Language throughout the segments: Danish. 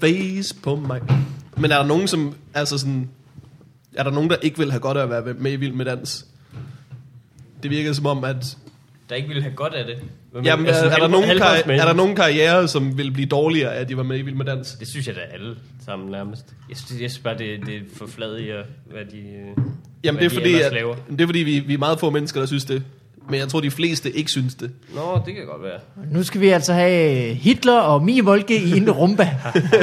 face på mig. Men er der nogen, som... Altså sådan, er der nogen, der ikke vil have godt af at være med i Vild Med Dans? Det virker som om, at... Der ikke ville have godt af det. Men, Jamen, er, altså, er, der halv- nogen halvvejs kar- med. er der nogen karriere, som vil blive dårligere, af at de var med i Vild Med Dans? Det synes jeg da alle sammen nærmest. Jeg synes, jeg synes bare, det, det er for fladiger, hvad de, øh, Jamen, hvad det er de fordi, ellers at, laver. det er fordi vi, vi er meget få mennesker, der synes det. Men jeg tror, de fleste ikke synes det. Nå, det kan godt være. Nu skal vi altså have Hitler og Mie Volke i en rumba.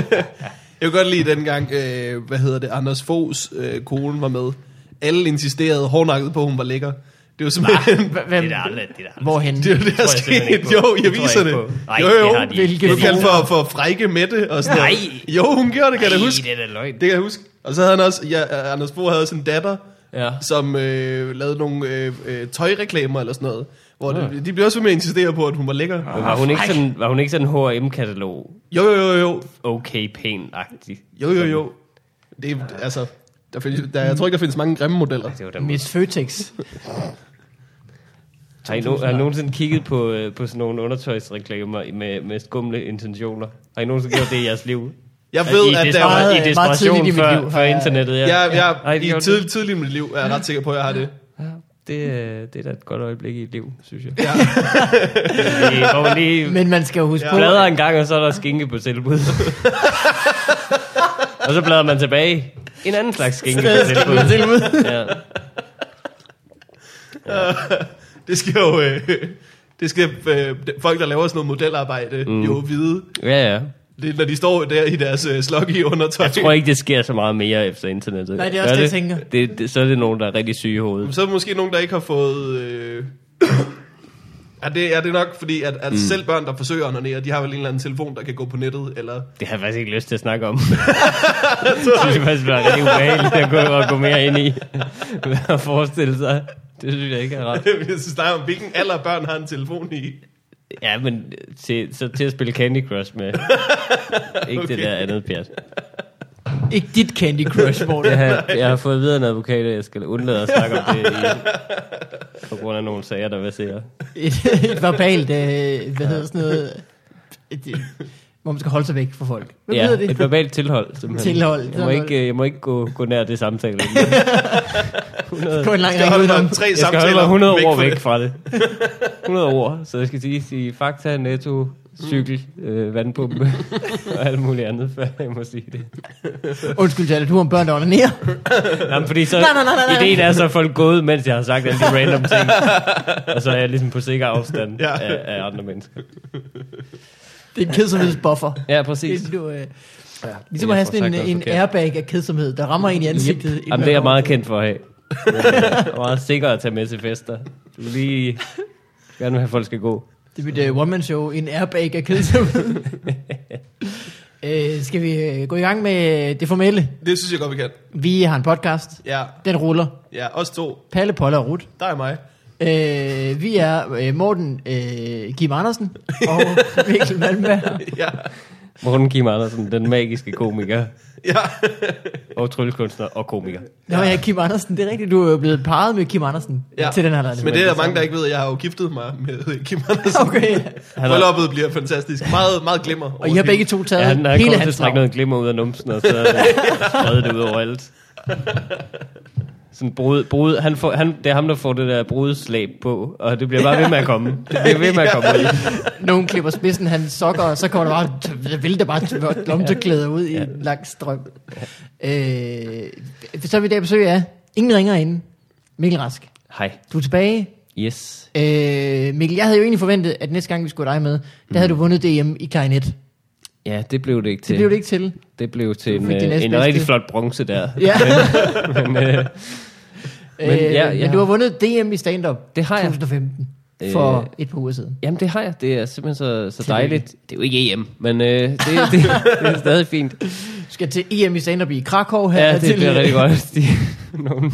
Jeg kan godt lide dengang, øh, hvad hedder det, Anders Foghs øh, kone var med. Alle insisterede hårdnakket på, at hun var lækker. Det var simpelthen... Hvem- Det er der aldrig, det er der aldrig. Hvorhen? Det er jo det, der jeg simpelthen ikke skete. på. Jo, Det i tror jeg aviserne. ikke på. Nej, jo, det har jo. de Det ikke. Hvilke blev kaldt fora? for, for frække Mette og sådan Nej. noget. Jo, hun gjorde det, kan jeg da huske. det er da løgn. Det kan jeg huske. Og så havde han også, ja, Anders Bo havde også en datter, Ja. som øh, lavede nogle øh, øh, tøjreklamer eller sådan noget. Hvor det, de blev også ved med at insistere på, at hun var lækker. Men var Ah. hun ikke sådan, var hun ikke sådan en H&M-katalog? Jo, jo, jo, jo. Okay, pæn-agtig. Jo, jo, jo. Det er, altså, der findes, der, jeg tror ikke, der findes mange grimme modeller. Det var da Miss Føtex. Har I, no, har I nogensinde kigget på, øh, på sådan nogle undertøjsreklamer med, med skumle intentioner? Har I nogensinde gjort det i jeres liv? Jeg ved, I at der desperat- var... meget- I meget desperation tidligt i mit før, liv har før jeg- internettet, ja. Jeg, Har I jeg, i gjort tid, tidligt i mit liv er jeg ret sikker på, at jeg har det. Ja, Mm. det, øh, det er da et godt øjeblik i et liv, synes jeg. Ja. Det er, hvor man lige Men man skal jo huske Ja. på... bladrer en gang, og så er der skinke på tilbud. og så bladrer man tilbage. En anden slags skinke på tilbud. Ja. Det skal jo... Øh, det skal øh, de- folk, der laver sådan noget modelarbejde, mm. jo vide. ja, ja. Det, er, når de står der i deres øh, sloggy undertøj. Jeg tror ikke, det sker så meget mere efter internettet. Nej, det Gør er også det, jeg tænker. Det, det, så er det nogen, der er rigtig syge i hovedet. Så er der måske nogen, der ikke har fået... Øh, er, det, er det nok, fordi at, at mm. selv børn, der forsøger at onanere, de har vel en eller anden telefon, der kan gå på nettet, eller... Det har jeg faktisk ikke lyst til at snakke om. jeg synes jeg faktisk, det er rigtig ubehageligt at gå, at gå mere ind i. At forestille sig. Det synes jeg ikke er rart. Hvis vi snakker om, hvilken alder børn har en telefon i. Ja, men øh, til, så til at spille Candy Crush med. Ikke okay. det Okay. der andet pjat. Ikke dit Candy Crush, hvor det Jeg har, jeg har fået videre en advokat, at jeg skal undlade at snakke om det i, på grund af nogle sager, der verserer. et, et verbalt, øh, hvad hedder sådan noget, et, et, hvor man skal holde sig væk fra folk. Hvad Ja, hedder et det? verbalt tilhold. Simpelthen. Tilhold, Jeg må sådan ikke, øh, jeg må ikke gå, gå nær det samtale. Gå en lang Jeg række holder udenom. mig tre Jeg skal holde samtaler mig 100 ord fra væk det. fra det. 100 ord. Så jeg skal sige, sige fakta, netto, Mm. cykel, øh, vandpumpe og alt muligt andet, før jeg må sige det. Undskyld, Jalle, du har en børn, der onanerer. Jamen, fordi så, Nej, nej, nej, nej, nej. ideen er så, at folk går ud, mens jeg har sagt alle de random ting. og så er jeg ligesom på sikker afstand Ja. ja. af, af, andre mennesker. Det er en kedsomhedsbuffer. Ja, Det præcis. er, du, øh, ligesom jeg at får have sådan sagt en, noget en forkert. airbag af kedsomhed, der rammer en i ansigtet. inden Jamen, man det er jeg kommer meget til. kendt for at have. Jeg er meget sikker at tage med til fester. Du vil lige gerne vil have, at folk skal gå. Det er mit uh, one-man-show, en airbag af kedsomhed. øh, skal vi øh, gå i gang med det formelle? Det synes jeg godt, vi kan. Vi har en podcast. Ja, Den ruller. ja, os to. Palle, Polle og Rut. Der er mig. Øh, vi er øh, Morten øh, Kim Andersen og Mikkel Malmberg. Ja, Morten Kim Andersen, den magiske komiker ja. og tryllekunstner og komiker. Nå ja, Kim Andersen, det er rigtigt. Du er jo blevet parret med Kim Andersen ja. til den her lejlighed. Men det er der mange, der ikke ved. Jeg har jo giftet mig med Kim Andersen. Okay. har- Brylluppet bliver fantastisk. Meget, meget glimmer. over Og I har det. begge to taget Ja, han er hele kommet til at hans trække navn. noget glimmer ud af numsen, og så sprede det ud over alt. Sådan brud, brud, han får, han, det er ham, der får det der brudeslæb på, og det bliver bare ved med at komme. Det bliver ved med at komme ud. Nogen klipper spidsen, han sokker, og så kommer der bare, der vælter bare tørt lomteklæder ud i en lang strøm. Øh, så er vi i dag besøg af Ingen ringer inden. Mikkel Rask, Hej. du er tilbage. Yes. Øh, Mikkel, jeg havde jo egentlig forventet, at næste gang vi skulle have dig med, der mm. havde du vundet DM i klarinet. Det Ja, det blev det ikke til. blev det ikke til. Det blev til Du en, fik din øh, en næstbedste. rigtig flot bronze der. Ja. Men, øh, Men, Men øh, ja, ja, jeg men du har- har vundet DM i stand-up Det har jeg. 2015 for Øh, et par uger siden. jamen, det har jeg. Det er simpelthen så, så Tillykke. dejligt. Det er jo ikke EM, men øh, det, det, det er stadig fint. Du skal til EM i stand-up i Krakow her. Ja, det til, bliver rigtig godt, hvis de nogen,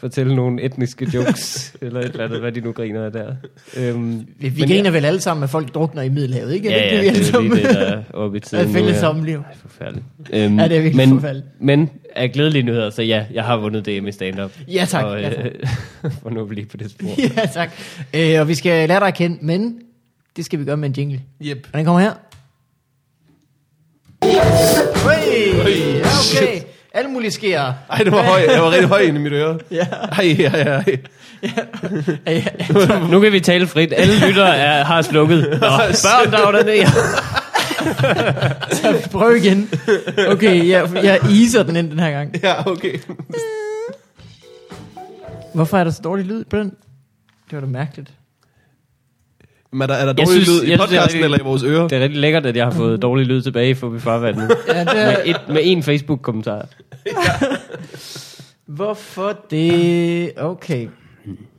fortæller nogle etniske jokes, eller et eller andet, hvad de nu griner af der. Øhm, Vi, vi men griner vel alle sammen, at folk drukner i Middelhavet, ikke? Ja, ja, vi ja, det er jo alle lige det, sammen- der er oppe i tiden. er nu fælles her. samliv. Ej, forfærdeligt. Øhm, Ja, det er virkelig men, forfærdeligt. Men af glædelige nyheder, så ja, jeg har vundet DM i stand-up. Ja, tak. Og, øh, Ja, tak. for nu at blive på det spor. ja, tak. Øh, og vi skal lære dig at kende, men det skal vi gøre med en jingle. Yep. Og den kommer her. Yes. Hey, ja, okay. shit. Alt muligt sker. Ej, det var høj. Jeg var rigtig høj inde i mit øre. Ja. Ej, ej, ej. Ja, ja. Nu kan vi tale frit. Alle lyttere er, har slukket. Nå, børn, der var der Prøv igen. Okay, jeg, jeg easer den ind den her gang. Ja, okay. Hvorfor er der så dårlig lyd på den? Det var da mærkeligt. Men er der, er der Jeg dårlig synes- lyd i jeg synes, det er podcasten rigtig- eller i vores ører? Det er rigtig lækkert, at jeg har fået dårlig lyd tilbage fra mit farvand nu. Ja, det Med, er, et, med en Facebook-kommentar. hvorfor det... Okay.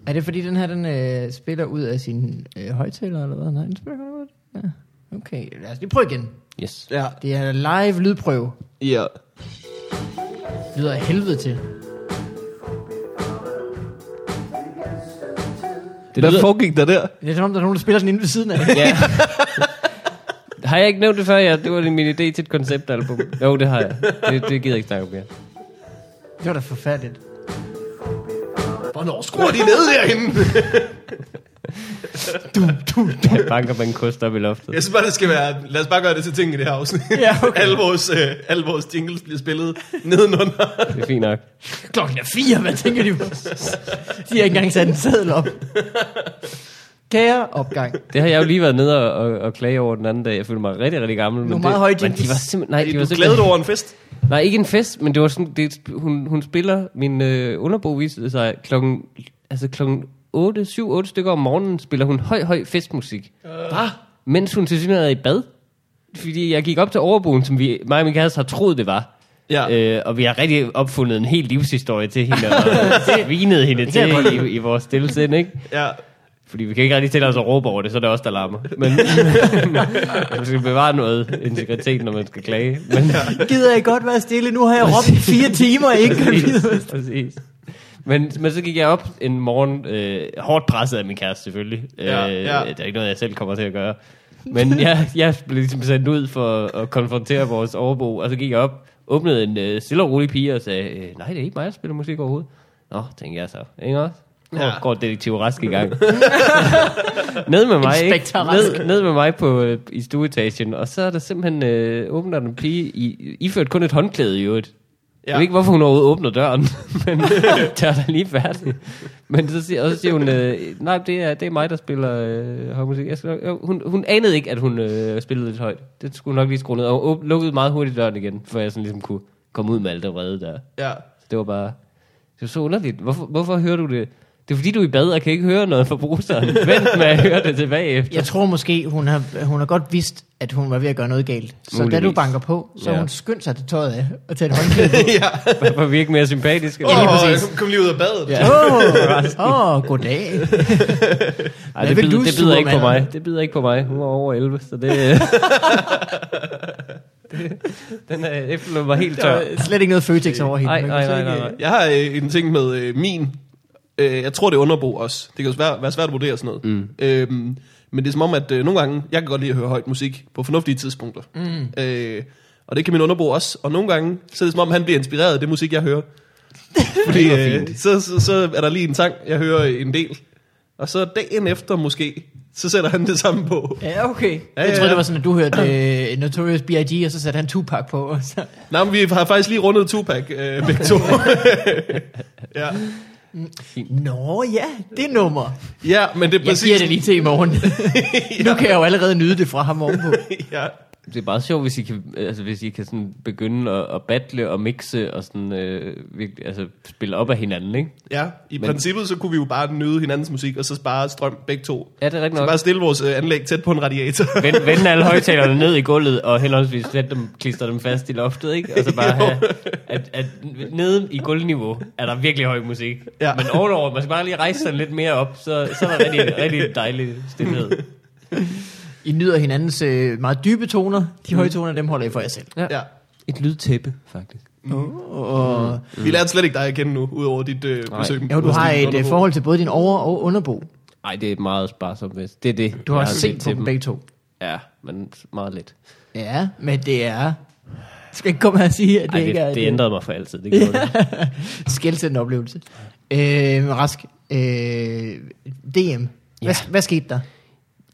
Er det fordi, den her den, øh, spiller ud af sin øh, højtaler, eller hvad? Nej, den spiller godt ud. Ja. Okay, lad os lige prøve igen. Yes. Ja. Det er live lydprøve. Ja. lyder af helvede til. Det Hvad lyder, foregik der der? Det er som om, der er nogen, der spiller den inde ved siden af. ja. Har jeg ikke nævnt det før? Ja, det var min idé til et konceptalbum. Jo, det har jeg. Det, det gider jeg ikke snakke om mere. Det var da forfærdeligt. Hvornår skruer de ned derinde? Jeg banker med en kost op i loftet. Jeg synes bare, det skal være... Lad os bare gøre det til ting i det her afsnit. Ja, okay. alle, vores, øh, alle vores jingles bliver spillet nedenunder. Det er fint nok. Klokken er fire, hvad tænker de på? De har ikke engang sat en seddel op. Kære opgang. Det har jeg jo lige været nede og, og, og klage over den anden dag. Jeg følte mig rigtig, rigtig gammel. Nogle men meget det, høje men jingles. de var simpelthen, nej, de Du glæder var simpelthen, dig over en fest? nej, ikke en fest, men det var sådan, det, hun, hun spiller, min øh, underbo viste sig klokken, altså klokken 8, 7, 8 stykker om morgenen, spiller hun høj, høj festmusik. Hvad? Mens hun til synligheden er i bad. Fordi jeg gik op til overboen, som vi, mig og min kæreste har troet, det var. Ja. Øh, og vi har rigtig opfundet en hel livshistorie til hende, og svinede hende kan jeg til i, i vores stille sind, ikke? Ja. Fordi vi kan ikke rigtig tælle os at råbe over det, så er det også der larmer. Men man skal bevare noget integritet, når man skal klage. Men, Gider I godt være stille? Nu har jeg råbt i fire timer, I ikke? kan vide. præcis, præcis. Men, men så gik jeg op en morgen, øh, hårdt presset af min kæreste selvfølgelig. Ja, øh, ja. Det er ikke noget, jeg selv kommer til at gøre. Men jeg, jeg blev ligesom sendt ud for at konfrontere vores overbo, og så gik jeg op, åbnede en øh, stille og rolig pige og sagde, øh, nej, det er ikke mig, der spiller musik overhovedet. Nå, tænkte jeg så. Ikke også? Nu Ja. ja. går detektiv Rask i gang. ned med mig, ikke? Inspektor Rask. Ned, ned med mig på, øh, i stueetagen, og så er der simpelthen, øh, åbner den pige, i, iført kun et håndklæde i øvrigt. Ja. Jeg ved ikke, hvorfor hun overhovedet åbner døren, men der er da lige færdig. Men så siger, og så siger hun, øh, nej, det er, det er mig, der spiller øh, højmusik. Jeg skal nok, jo, hun, hun anede ikke, at hun øh, spillede lidt højt. Det skulle hun nok lige skrue ned. Og hun åb- lukkede meget hurtigt døren igen, for jeg sådan ligesom kunne komme ud med alt det vrede der. Ja. Så det var bare... Det var så underligt. Hvorfor, hvorfor hører du det? Det er fordi, du er i bad og kan ikke høre noget fra bruseren. Vent med at høre det tilbage efter. Jeg tror måske, hun har, hun har godt vidst, at hun var ved at gøre noget galt. Så Muligvis. da du Muligvis. banker på, så Ja. ja. hun skyndte sig til tøjet af og tage et håndklæde på. ja. Hvorfor er vi ikke mere sympatiske? Åh, Ej, oh, præcis. jeg kom lige ud af badet. Åh, oh, oh, goddag. det, vil bider, du, det bider ikke på Superman? mig. Det bider ikke på mig. Hun var over 11, så det... øh, det- den øh, efterlod mig helt tør. Der er slet ikke noget Føtex over hende. Ej, Man kan ej, slet nej, ikke- nej, nej. Jeg har øh, en ting med øh, min. Øh, jeg tror, det er underbo også. Det kan jo svært, være svært at vurdere sådan noget. Mm. Øhm, men det er som om, at øh, nogle gange, jeg kan godt lide at høre højt musik på fornuftige tidspunkter. Mm. Øh, og det kan min underbo også. Og nogle gange, så er det som om, han bliver inspireret af det musik, jeg hører. Fordi øh, så, så, så er der lige en sang, jeg hører en del. Og så dagen efter måske, så sætter han det samme på. Ja, Ja, okay. jeg ja, troede, ja. det var sådan, at du hørte uh, Notorious B.I.G., og så satte han Tupac på. Og så. Nej, men vi har faktisk lige rundet Tupac, øh, begge to. ja. Nå ja, det nummer. ja, men det er Jeg præcis... siger det lige til i morgen. nu kan jeg jo allerede nyde det fra ham ovenpå. ja. Det er bare sjovt, hvis I kan, altså, hvis I kan sådan begynde at, at battle og mixe og sådan, øh, virkelig, altså, spille op af hinanden, ikke? Ja, i Men... princippet så kunne vi jo bare nyde hinandens musik, og så spare strøm begge to. Ja, det er rigtigt Så nok. bare stille vores øh, anlæg tæt på en radiator. Vend, vende alle højtalerne ned i gulvet, og henholdsvis sætte dem, klister dem fast i loftet, ikke? Og så bare have, at, at nede i gulvniveau er der virkelig høj musik. Ja. Ja. Men ovenover, man skal bare lige rejse sig lidt mere op, så, så er der rigtig, rigtig dejlig stillhed. I nyder hinandens øh, meget dybe toner. De høje toner, dem holder I for jer selv. ja. Et lydtæppe, faktisk. Og, Vi lærte slet ikke dig at kende nu, udover dit øh, Nej. besøg. ja, du hos har din et øh, underbo. forhold til både din over- og underbo. Nej, det er meget sparsomt, hvis det er det. Du har jeg også set på til dem begge to. Ja, men meget lidt. Ja, men det er... Du skal ikke komme her og sige, at det, Ej, det, ikke er... det, det ændrede mig for altid. Det gjorde det. Skældsættende oplevelse. Øh, Rask, øh, DM. Hvad, Ja. hvad skete der?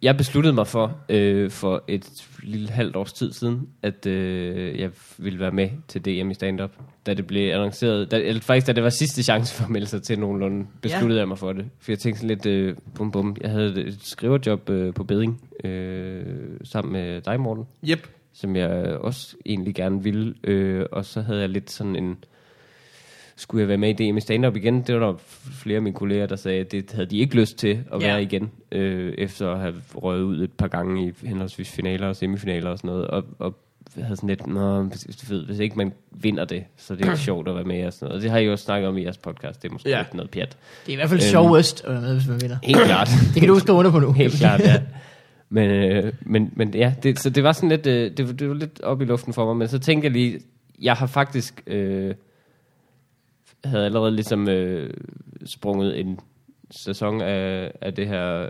jeg besluttede mig for, øh, for et lille halvt års tid siden, at øh, jeg ville være med til DM i stand-up. Da det blev annonceret, da, eller faktisk da det var sidste chance for at melde sig til nogenlunde, besluttede ja. jeg mig for det. For jeg tænkte sådan lidt, øh, bum bum, jeg havde et skriverjob øh, på Beding, øh, sammen med dig, Morten, Yep. som jeg også egentlig gerne ville. Øh, og så havde jeg lidt sådan en skulle jeg være med i DM i stand-up igen? Det var der flere af mine kolleger, der sagde, at det havde de ikke lyst til at Ja. være igen, øh, efter at have røget ud et par gange i henholdsvis finaler og semifinaler og sådan noget, og, og havde sådan lidt, Nå, hvis, du ved, hvis ikke man vinder det, så er det ikke sjovt at være med og sådan noget. Og det har I jo også snakket om i jeres podcast, det er måske Ja. ja. lidt noget pjat. Det er i hvert fald Øhm. sjovest at være med, hvis man vinder. Helt klart. Det kan du huske at under på nu. Helt klart, ja. Men, øh, men, men ja, det, så det var sådan lidt, øh, det, var- det var lidt op i luften for mig, men så tænkte jeg lige, jeg har faktisk, øh, havde allerede ligesom øh, sprunget en sæson af, af det her øh,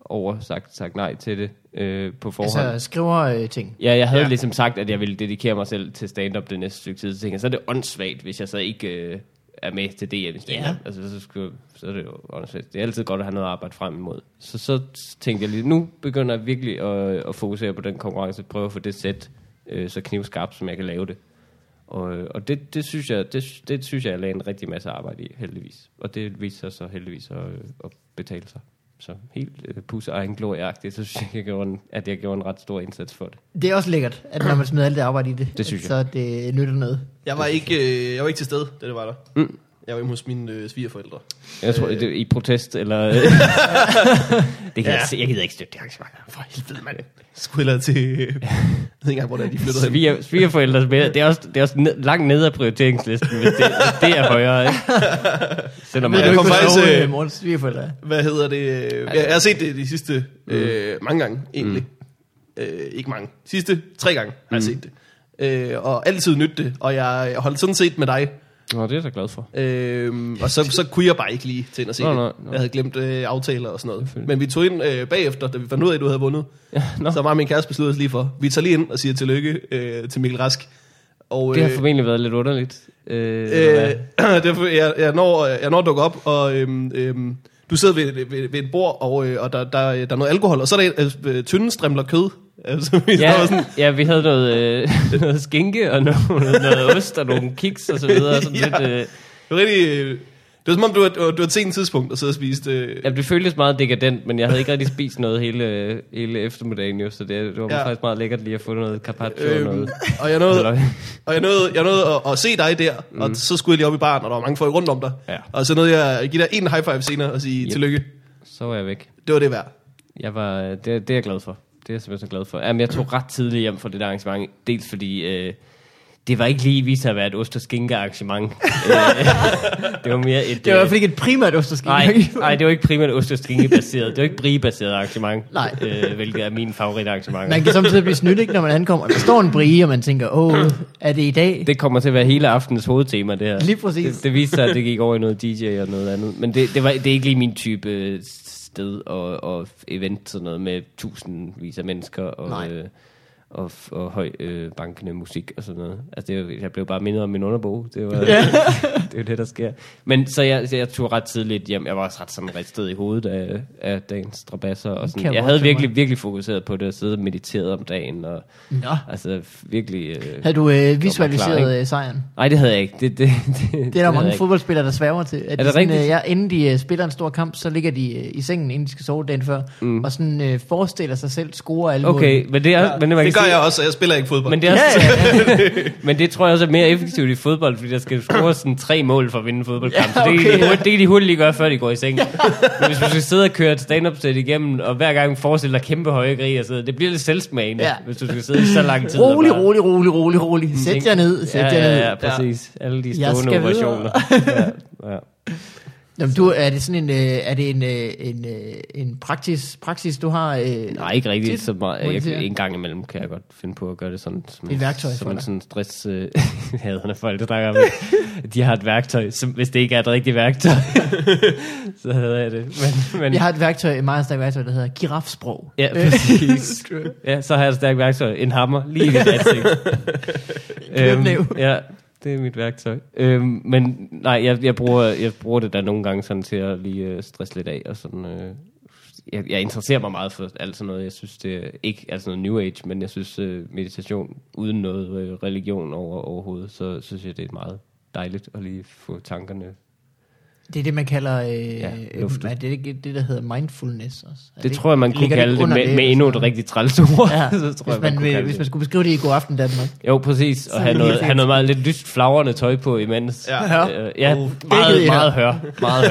over, sagt, sagt nej til det øh, på forhånd. Altså, skriver øh, ting. Ja, jeg havde Ja. ja. ligesom sagt, at jeg ville dedikere mig selv til stand-up det næste stykke tid. Så tænkte jeg, så er det åndssvagt, hvis jeg så ikke øh, er med til DM i stand-up. Ja. Ja. Altså, så, skulle, så er det jo åndssvagt. Det er altid godt at have noget at arbejde frem imod. Så, så tænkte jeg lige, nu begynder jeg virkelig at, at fokusere på den konkurrence. Prøve at få det sæt øh, så knivskarpt, som jeg kan lave det. Og, øh, og det, det, synes jeg, det, det synes jeg, jeg lagde en rigtig masse arbejde i, heldigvis. Og det viste sig så heldigvis at, øh, at betale sig. Så helt øh, pusse egen glorieagtigt, så synes jeg, jeg gjorde en, at jeg gjorde en ret stor indsats for det. Det er også lækkert, at når man smider alt det arbejde i det, Det synes jeg. så det nytter noget. Jeg var ikke, øh, jeg var ikke til stede, da det var der. Mm. Jeg var hjemme hos mine øh, svigerforældre. Jeg tror, det er i protest, eller... det kan ja. jeg, se- jeg gider ikke støtte det arrangement. For helvede, mand. Skulle eller til... Øh, jeg ved ikke engang, hvor det er, de flyttede hen. Sviger, svigerforældres billeder, det er også, det er også ned, langt nede af prioriteringslisten, hvis det, hvis det er højere, ikke? Selvom man, Men jeg Ved du ikke, kom hvor faktisk, sjove øh, øh, Mortens svigerforældre er? Hvad hedder det? øh, Jeg, jeg har set det de sidste øh, mange gange, egentlig. Mm. Øh, ikke mange. Sidste tre gange har jeg set det. Øh, og altid nydt det, og jeg holdt sådan set med dig. Nå, det er jeg så glad for. Øhm, og så, så kunne jeg bare ikke lige til ind og se Nå, det. nå, nå. Jeg havde glemt øh, aftaler og sådan noget. Selvfølgelig. Men vi tog ind øh, bagefter, da vi fandt ud af, at du havde vundet. Ja, nå. Så var min kæreste besluttet os lige for. Vi tager lige ind og siger tillykke øh, til Mikkel Rask. Og, Det har øh, formentlig været lidt underligt. Øh, Øh, øh, derfor, jeg, jeg, når, øh, jeg når at dukke op, og øhm, øhm, du sidder ved, et- ved, ved et bord, og, øh, og der, der, der er noget alkohol, og så er der øh, tynde strimler kød. Altså, vi ja, står sådan, ja, vi havde noget, øh, noget skinke, og noget, noget ost, og nogle kiks, og så videre. Sådan Ja. ja. lidt, øh, det var rigtig... Øh, det var som om, du var, du var- du var til en tidspunkt og sidde og spiste... Øh, Jamen, det føltes meget dekadent, men jeg havde ikke rigtig spist noget hele, hele eftermiddagen jo, så det, det var Ja. ja. faktisk meget lækkert lige at få noget carpaccio øh, og øh, noget. og jeg nåede, Halløj. og jeg nåede, jeg nåede at, at, se dig der, mm. og så skulle jeg lige op i baren, og der var mange folk rundt om dig. Ja. Og så nåede jeg at give dig en high five senere og sige Yep. tillykke. Så var jeg væk. Det var det værd. Jeg var, det, det er jeg glad for. Det er jeg simpelthen så glad for. Jamen, jeg tog ret tidligt hjem fra det der arrangement, dels fordi øh, det var ikke lige vist at være et ost- og skinke-arrangement. øh, det var mere et... Det var i hvert øh, fald ikke et primært osterskib. Nej, nej, det var ikke primært ost- og skinke-baseret. Det var ikke brie-baseret arrangement, Nej. Øh, hvilket er min favoritarrangement. Man kan samtidig blive snydt, ikke, når man ankommer. Der står en brie, og man tænker, åh, er det i dag? Det kommer til at være hele aftens hovedtema, det her. Lige præcis. Det, det viste sig, at det gik over i noget DJ og noget andet. Men det, det, var, det er ikke lige min type øh, sted og, og event, sådan noget med tusindvis af mennesker Nej. og, øh, og, f- og høj øh, bankende musik og sådan noget. Altså, det, er jo- jeg blev bare mindet om min underbog. Det var, Ja. det er jo det, der sker. Men så jeg, så jeg tog ret tidligt hjem. Jeg var også ret sådan ristet i hovedet af, af dagens strabasser. Og Kan jeg sådan. Jeg godt havde forstå mig. virkelig, virkelig fokuseret på det og siddet og mediteret om dagen. Og, Nå. Altså, f- virkelig... Øh, Har du øh, klar, visualiseret ikke? øh, sejren? Nej, det havde jeg ikke. Det, det, det, Det er der havde mange jeg ikke. fodboldspillere, der sværger til. At det de sådan, rigtigt? øh, ja, inden de øh, spiller en stor kamp, så ligger de øh, i sengen, inden de skal sove dagen før, mm. og sådan øh, forestiller sig selv, scorer alle Okay, men det er... Ja, men man Det gør kan sige- jeg også, og jeg spiller ikke fodbold. Men det, er, ja, ja. men det tror jeg også er mere effektivt i fodbold, fordi der skal score sådan tre mål for at vinde en fodboldkamp. Ja, Ja, okay, det, okay, kan de, ja. hurtigt- det kan de hurtigt lige gøre, før de går i seng. Men hvis du skal sidde og køre et stand-up set igennem, og hver gang forestiller dig kæmpe høje griger, så det bliver lidt selvsmagende, Ja. ja. hvis du skal sidde i så lang tid. og Rolig, bare- rolig, rolig, rolig, rolig. Sæt tænke- jer ned, sæt ja, jer ned. ja, ja, præcis. Alle de Jeg skal stående videre. operationer. Ja, ja. Jamen, du, er det sådan en, øh, er det en, øh, en, øh, en praksis, praksis, du har? Øh, Nej, ikke Tit, rigtig så meget. må jeg Jeg, sige. en gang imellem kan jeg godt finde på at gøre det sådan. Som, Det er et værktøj for Som en dig. sådan stress... Øh, haderne folk, der snakker om det. De har et værktøj, som, hvis det ikke er et rigtigt værktøj, så hader jeg det. Men, men, Jeg har et værktøj, et meget stærkt værktøj, der hedder girafsprog. Øh, Ja, præcis. ja, så har jeg et stærkt værktøj. En hammer, lige i dit ansigt. Øhm, Knytnæve. ja, det er mit værktøj. Øhm, men nej, jeg, jeg, bruger, jeg bruger det da nogle gange sådan til at lige øh, stresse lidt af, og sådan, øh, jeg, jeg interesserer mig meget for alt sådan noget. Jeg synes, det er ikke altså noget New Age, men jeg synes, øh, meditation uden noget øh, religion over, overhovedet, så synes jeg, det er meget dejligt at lige få tankerne. Det er det, man kalder... Øh, Ja, ja, luftet. er det ikke det, der hedder mindfulness også? Er Det, det tror jeg, man kunne ligger kalde det under med, med eller endnu sådan et rigtig træls ord. noget? Ja, så tror jeg, hvis, man, kunne vil, kalde hvis det. man skulle beskrive det i God Aften Danmark. Jo, præcis. Og have er noget, det have noget meget lidt lyst flagrende tøj på imens. Ja. Ja. Øh, ja, Uh, meget, dækket i meget hør. Meget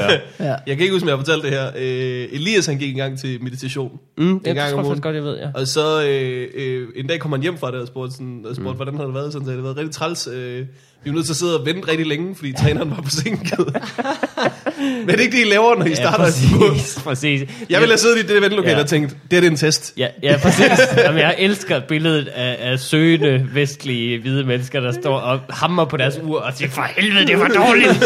hør. Mm, Ja. Jeg kan ikke huske, om jeg har fortalt det her. Øh, Elias, han gik en gang til meditation. Mm, det en tror gang jeg om ugen. faktisk godt, jeg ved, ja. Og så øh, øh, en dag kom han hjem fra det og spurgte, sådan, og spurgte mm. hvordan havde det været. Sådan, så det havde været rigtig træls. Øh, vi var nødt til at sidde og vente rigtig længe, fordi træneren var forsinket. Men det er ikke det, I laver, når I Ja, starter. præcis, præcis. Jeg ville have siddet i det ventelokale Ja. ja. og tænkt, det her det er en test. Ja, ja præcis. Jamen, jeg elsker billedet af, af søgende, vestlige, hvide mennesker, der står og hammer på deres ur og siger, for helvede, det var dårligt.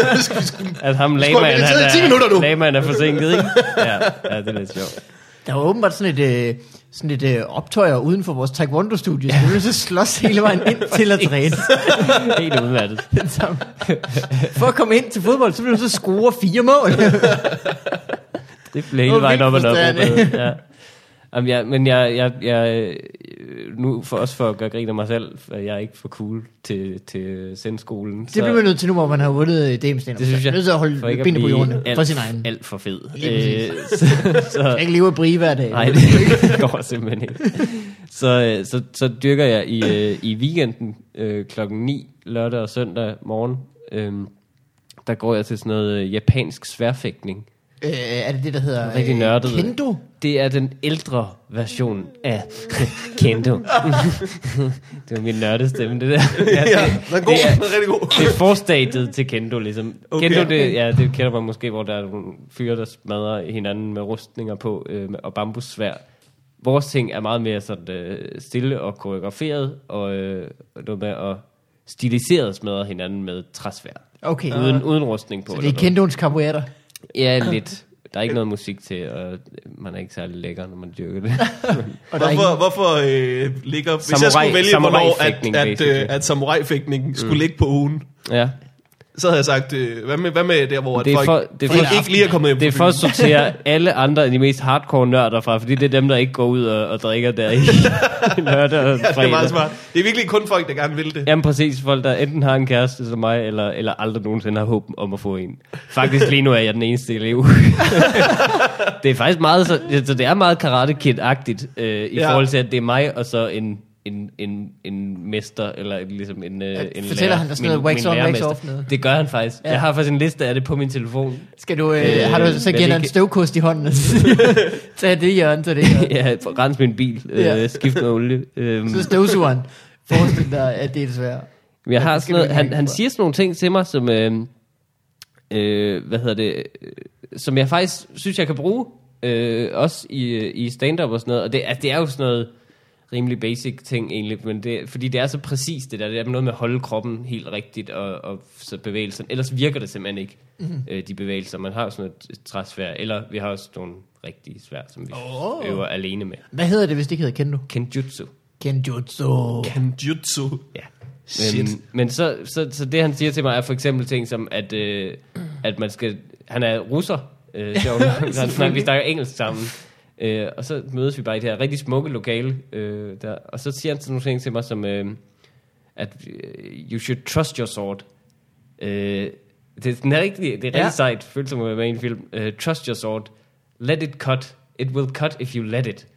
At ham vi lagmanden, lige han sidde i 10 minutter er, nu? lagmanden er forsinket, ikke? Ja, ja, det er lidt sjovt. Der var åbenbart sådan et, øh, sådan et øh, optøjer uden for vores taekwondo-studie, så vi ville så slås hele vejen ind til at træne. Helt udmattet. Den samme. For at komme ind til fodbold, så ville du så score fire mål. Det blev hele Det var vejen vildt op og op. frustrerende. Ja. Jamen, jeg, men jeg, jeg, jeg, nu for også for at gøre grin af mig selv, for jeg er ikke for cool til, til sendskolen. det bliver man nødt til nu, hvor man har vundet øh, DM-sten. det synes jeg. Nødt til at holde for ikke at benene på blive jorden for alt, sin egen. Alt for fed. Øh, Lige præcis. så, så, Jeg kan ikke leve af brie hver dag. Nej, det går simpelthen ikke. Så, øh, så, så dyrker jeg i, øh, i weekenden øh, klokken 9 lørdag og søndag morgen. Øhm, der går jeg til sådan noget øh, japansk sværfægtning. Øh, er det det, der hedder Rigtig nørdet. kendo? Det er den ældre version af Kendo. det var min nørdestemme, det der. Ja, den er god. det er- Den er rigtig god. Det er forstadiet til Kendo, ligesom. Okay. Okay. Kendo, det, ja, det kender man måske, hvor der er nogle fyre, der smadrer hinanden med rustninger på øh, og bambussvær. Vores ting er meget mere sådan, øh, stille og koreograferet, og øh, og noget med at stiliseret smadre hinanden med træsvær. Okay, Uden, uden rustning på. så det eller er kendoens kapoeater. noget. Ja, lidt. Der er ikke noget musik til, og man er ikke særlig lækker, når man dyrker det. Og der Hvorfor, er ingen, hvorfor øh, ligger... Hvis jeg Samurai- skulle vælge, hvornår samurajfægtning, at, at, øh, basically. Mm. at samurajfægtningen skulle ligge på ugen, ja. så havde jeg sagt, øh, hvad, med, hvad med der, hvor at Det er folk, for- det er for- folk ikke lige er kommet hjem Det er fra for at byen? sortere alle andre end de mest hardcore nørder fra, fordi det er dem, der ikke går ud og, og drikker der i lørdag og Ja, det er meget fredag. smart. Det er virkelig kun folk, der gerne vil det. Jamen præcis, folk der enten har en kæreste som mig, eller, eller aldrig nogensinde har håb om at få en. Faktisk lige nu er jeg den eneste elev. det er faktisk meget, så, så det er meget Karate Kid-agtigt, øh, i Ja. forhold til, at det er mig og så en, en, en, en mester, eller en- ligesom en, øh, en fortæller han dig sådan noget Min- wax min on, wax lærermester. off noget? Det gør han faktisk. Ja. Jeg har faktisk en liste af det på min telefon. skal du, øh, Øh, har du så men givet det dig en kan- støvkost i hånden og siger, tag det hjørne, tag det hjørne. ja, for- rens min bil, Ja. øh, skift noget olie. Øhm, Mm. Så støvsugeren. Forestil dig, at det er svært. men jeg har det sådan skal noget, du ikke han, han have. siger sådan nogle ting til mig, som, øh, øh, hvad hedder det, øh, som jeg faktisk synes, jeg kan bruge, øh, også i, øh, i stand-up og sådan noget. Og det, altså, det er jo sådan noget rimelig basic ting egentlig, men det, fordi det er så præcist det der, det er noget med at holde kroppen helt rigtigt og, og så bevægelsen, ellers virker det simpelthen ikke, Mhm. mm-hmm. øh, de bevægelser. Man har jo sådan et træsvær, eller vi har også nogle rigtige svær, som vi oh. Åh. øver alene med. Hvad hedder det, hvis det ikke hedder kendo? Kenjutsu. Kenjutsu. Kanjutsu. Ja. Shit. Men, men så, så, så det, han siger til mig, er for eksempel ting som, at, øh, at man skal... Han er russer, øh, sjovt nok. Så han snakker, vi snakker engelsk sammen. Øh, og så mødes vi bare i det her rigtig smukke lokale. Øh, der, og så siger han sådan nogle ting til mig, som... Øh, at øh, you should trust your sword. Øh, det, den er rigtig, det er rigtig Ja. ja. sejt, føles som at være med i en film. Øh, trust your sword. Let it cut. It will cut if you let it.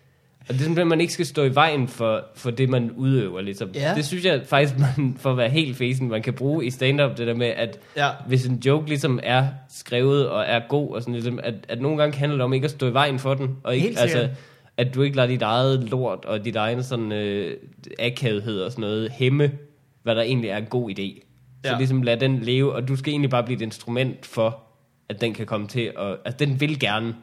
Og det er simpelthen, at man ikke skal stå i vejen for, for det, man udøver. Ligesom. Ja. Det synes jeg faktisk, man, for at være helt fesen, man kan bruge i stand-up, det der med, at Ja. hvis en joke ligesom er skrevet og er god, og sådan, ligesom, at, at nogle gange handler det om ikke at stå i vejen for den, og ikke, altså, Helt sikkert. at du ikke lader dit eget lort og dit egen sådan, øh, akavethed og sådan noget hæmme, hvad der egentlig er en god idé. Så ja. Ja. ligesom lad den leve, og du skal egentlig bare blive et instrument for, at den kan komme til, og at altså, den vil gerne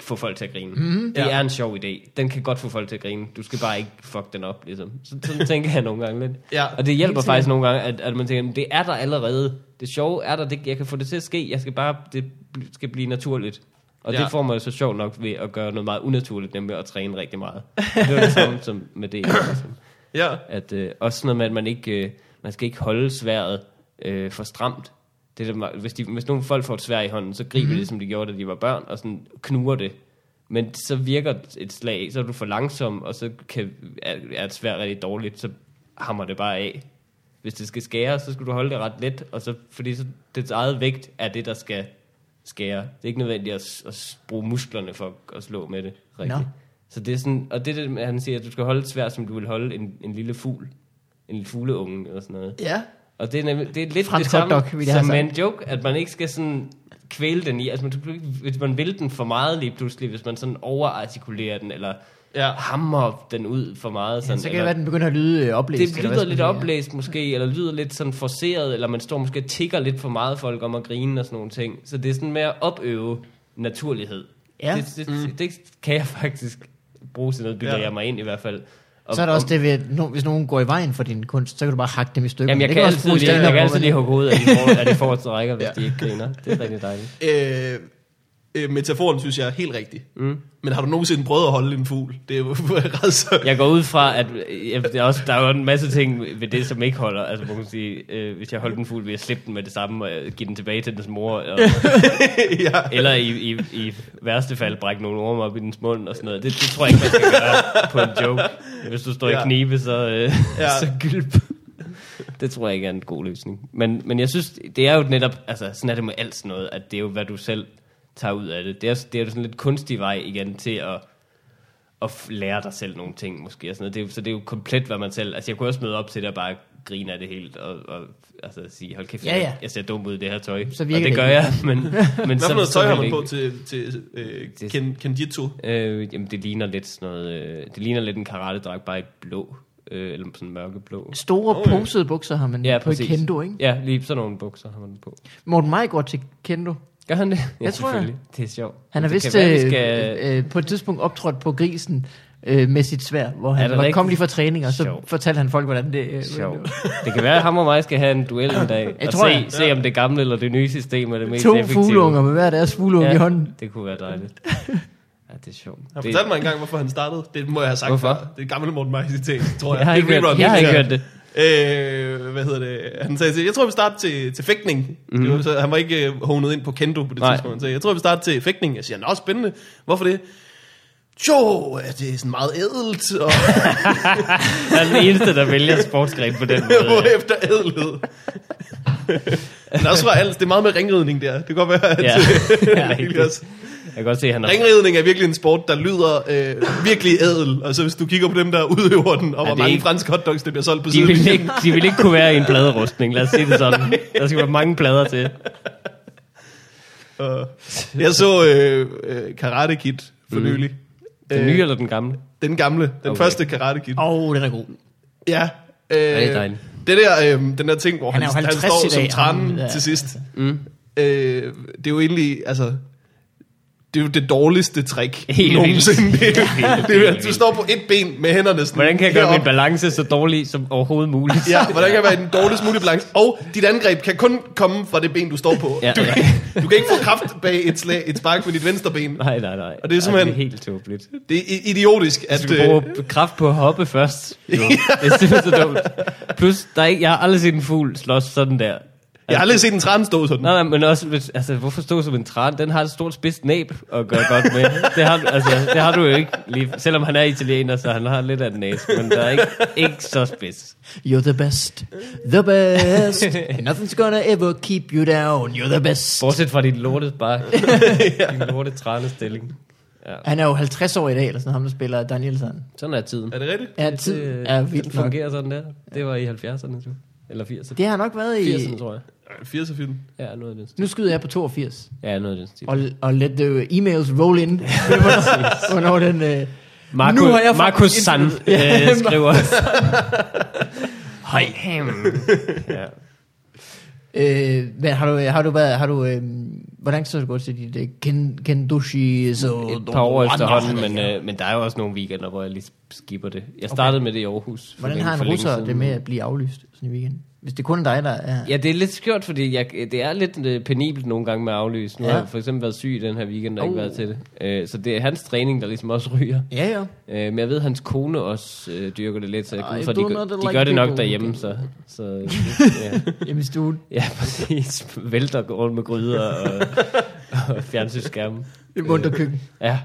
få folk til at grine. Mm, det ja. Ja. er en sjov idé. Den kan godt få folk til at grine. Du skal bare ikke fuck den op, ligesom. Så, sådan tænker jeg nogle gange lidt. Ja. Og det hjælper Helt faktisk nogle gange, at, at man tænker, "Men det er der allerede. Det sjove er der. Det, jeg kan få det til at ske. Jeg skal bare, det bl- skal blive naturligt. Og ja. Ja. det får man jo så sjovt nok ved at gøre noget meget unaturligt, nemlig at træne rigtig meget. Det er jo det samme som med det. Ligesom. Ja. At, øh, også sådan noget med, at man ikke øh, man skal ikke holde sværet øh, for stramt. Det er, der, hvis, de, hvis nogle folk får et svær i hånden, så griber mm. de det, som de gjorde, da de var børn, og sådan knuger det. Men så virker et slag, så er du for langsom, og så kan, er, er et svær rigtig dårligt, så hammer det bare af. Hvis det skal skære, så skal du holde det ret let, og så, fordi så, dets eget vægt er det, der skal skære. Det er ikke nødvendigt at, s- at s- bruge musklerne for at slå med det rigtigt. Nå. Så det er sådan, og det er det, med, at han siger, at du skal holde et svær, som du vil holde en, en lille fugl. En lille fugleunge eller sådan noget. Ja. Og det er, nemlig, det er lidt Fransk det samme hotdog, ville jeg have som med sagt. en joke, at man ikke skal sådan kvæle den i. Altså, man, du- hvis man vil den for meget lige pludselig, hvis man sådan overartikulerer den, eller Ja. hammer den ud for meget. Sådan, Sådan, så kan det eller, være, at den begynder at lyde øh, oplæst. det eller hvad lyder skal man lidt sige, ja. oplæst måske, eller lyder lidt sådan forceret, eller man står måske og tigger lidt for meget folk om at grine og sådan nogle ting. Så det er sådan med at opøve naturlighed. Ja. Det, det, mm. det, kan jeg faktisk bruge til noget, bilder Ja. jeg mig ind i hvert fald. Og, Så er der også det, ved, at no, hvis nogen går i vejen for din kunst, så kan du bare hakke dem i stykker. Jamen, jeg Det kan, også altid bruges lige, til jeg kan at- altid lige hugge hovedet af de, for, af de forreste rækker, hvis de ikke griner. Det er rigtig dejligt. Øh, øh, metaforen synes jeg er helt rigtig. Mm. Men har du nogensinde prøvet at holde en fugl? Det er jo ret så... Jeg går ud fra, at jeg, der, er også, der er jo en masse ting ved det, som ikke holder. Altså, man kan sige, øh, hvis jeg holdt en fugl, ville jeg slippe den med det samme, og øh, give den tilbage til dens mor. Og, ja. eller i, i, i værste fald brække nogle orme op i dens mund og sådan noget. Det, det tror jeg ikke, man skal gøre på en joke. Hvis du står ja. Ja. i knibe, så, øh, ja. Ja. så gylp. Det tror jeg ikke er en god løsning. Men, men jeg synes, det er jo netop, altså sådan er det med alt sådan noget, at det er jo, hvad du selv tager ud af det. Det er, det er jo sådan en lidt kunstig vej igen til at, at f- lære dig selv nogle ting måske. Og sådan noget. Det er, jo- så det er jo komplet, hvad man selv... Altså jeg kunne også møde op til det og bare grine af det helt, og, og altså, sige, hold kæft, Ja, jeg- ja. jeg ser dum ud i det her tøj. Så og virker det det gør ikke. jeg, men, men Hvad Hvad for noget tøj har man på til, til øh, ken, Kenjitsu? Øh, jamen, det ligner lidt sådan noget... Øh, det ligner lidt en karatedrag, bare i blå. Øh, eller sådan mørkeblå. Store Åh, ja. posede bukser har man Ja, ja, på i præcis. kendo, ikke? Ja, lige sådan nogle bukser har man på. Morten Maj går til kendo. Gør han det? Ja, Jeg tror, selvfølgelig. Det er sjovt. Han har Det vist kan være, vi øh, skal... øh, øh, på et tidspunkt optrådt på grisen øh, med sit svær, hvor han det var, kom rigtigt? lige fra træning, og så Sjovt. fortalte han folk, hvordan det... Øh, Sjovt. Det kan være, at ham og mig skal have en duel en dag. Jeg og tror, se, jeg- se, om det gamle eller det nye system er det mest to effektive. fugleunger med hver deres fugleunge ja. i hånden. det kunne være dejligt. Ja, det er sjovt. Han det, fortalte mig engang, hvorfor han startede. Det må jeg have sagt. Hvorfor? før. Det er et gammelt Morten Majs-citat, tror jeg. jeg har Det er ikke et hørt, rerun, jeg har ikke tror hørt det. Øh, hvad hedder det? Han sagde, til- jeg tror, vi starter til, til fægtning. Mm. Det var, så, han var ikke øh, honet ind på kendo på det Mhm. Nej. Nej. tidspunkt. Han sagde, jeg tror, vi starter til fægtning. Jeg siger, nå, spændende. Hvorfor det? Jo, ja, det er sådan meget ædelt, og Han er den eneste, der vælger sportsgren på den gå måde. efter ædelhed. Men også fra alt, det er meget med ringridning der. Det kan godt være, at Ja. ja. Ja, rigtigt. jeg kan godt se, at han har Ringridning er virkelig en sport, der lyder øh, virkelig ædel. Og så hvis du kigger på dem, der udøver den, og hvor det er mange ikke- franske hotdogs, der bliver solgt på De siden. ville, ikke, de ville ikke kunne være i en pladerustning, lad os sige det sådan. Der skal være mange plader til. Uh, jeg så øh, øh, Karate Kid for nylig. Mm. Den Øh, nye eller den gamle? Den gamle, den Okay. okay. første Karate Kid. Åh, oh, den er god. Ja. Øh, det er dejligt. det der, øh, den der ting, hvor Han han, er jo han, han 50 står i dag, som trænen ham, ja. altså. til sidst. Mm. Øh, det er jo egentlig, altså... Det er jo det dårligste trick Helt vildt. nogensinde. Det, er- vildt, det, helt er- vildt. du står på et ben med hænderne sådan Hvordan kan jeg gøre min heroppe. balance så dårlig som overhovedet muligt? Ja, hvordan kan jeg være i den dårligst mulige balance? Og dit angreb kan kun komme fra det ben, du står på. Ja, du, ja. du kan ikke få kraft bag et, slag, et spark med dit venstre ben. Nej, nej, nej. Og det er simpelthen- Ej, det er helt tåbeligt. Det er i- idiotisk, at... Du skal øh, bruge kraft på at hoppe først. Jo. Det er simpelthen så dumt. Plus, der er ikke, jeg har aldrig set en fugl slås sådan der. Jeg har aldrig set en træn stå sådan. Nej, nej, men også, hvis- altså, hvorfor stå som en tran? Den har et stort spids næb at gøre godt med. Det har, du- altså, det har du jo ikke. Lige, selvom han er italiener, så han har lidt af den næse, men der er ikke, ikke så spids. You're the best. The best. Nothing's gonna ever keep you down. You're the best. Bortset fra din lorte spark. Din lorte trænestilling. Ja. Han er jo 50 år i dag, eller sådan ham, der spiller Danielsen. Sådan er tiden. Er det rigtigt? Ja, tid er vildt det øh, nok. fungerer sådan der. Det var i 70'erne, tror jeg. Eller 80'erne. Det har nok været i... 80'erne, tror jeg. 80 er fint. Ja, noget af den stil. Nu skyder jeg på 82. Ja, noget af den stil. Og, og let the emails roll in. Hvornår- Hvornår den... Øh... Marco, Nu har jeg Marco fucking San internet. Ja, øh, skriver. Hej. ja. Øh, men har du, har du været, har du, øh, hvordan så det gå til dit øh, ken, kendushi? Så Et par år efterhånden, men, øh, men der er jo også nogle weekender, hvor jeg lige skipper det. Jeg startede okay. med det i Aarhus. for Hvordan længe- har en for længe russer siden. det med at blive aflyst sådan i weekenden? Hvis det kun er dig, der er... Ja, det er lidt skørt, fordi jeg, det er lidt øh, penibelt nogle gange med at aflyse. Nu Ja. har jeg for eksempel været syg den her weekend, og ikke Oh. været til det. Øh, så det er hans træning, der ligesom også ryger. Ja, ja. Øh, men jeg ved, at hans kone også øh, dyrker det lidt, så jeg går I ud fra, at de, do gør- not de like gør det nok people. derhjemme, så, så øh, ja. Jamen, hvis du... ja, præcis. Vælter rundt med gryder og, og fjernsynsskærmen. I mundt og køkken. Ja,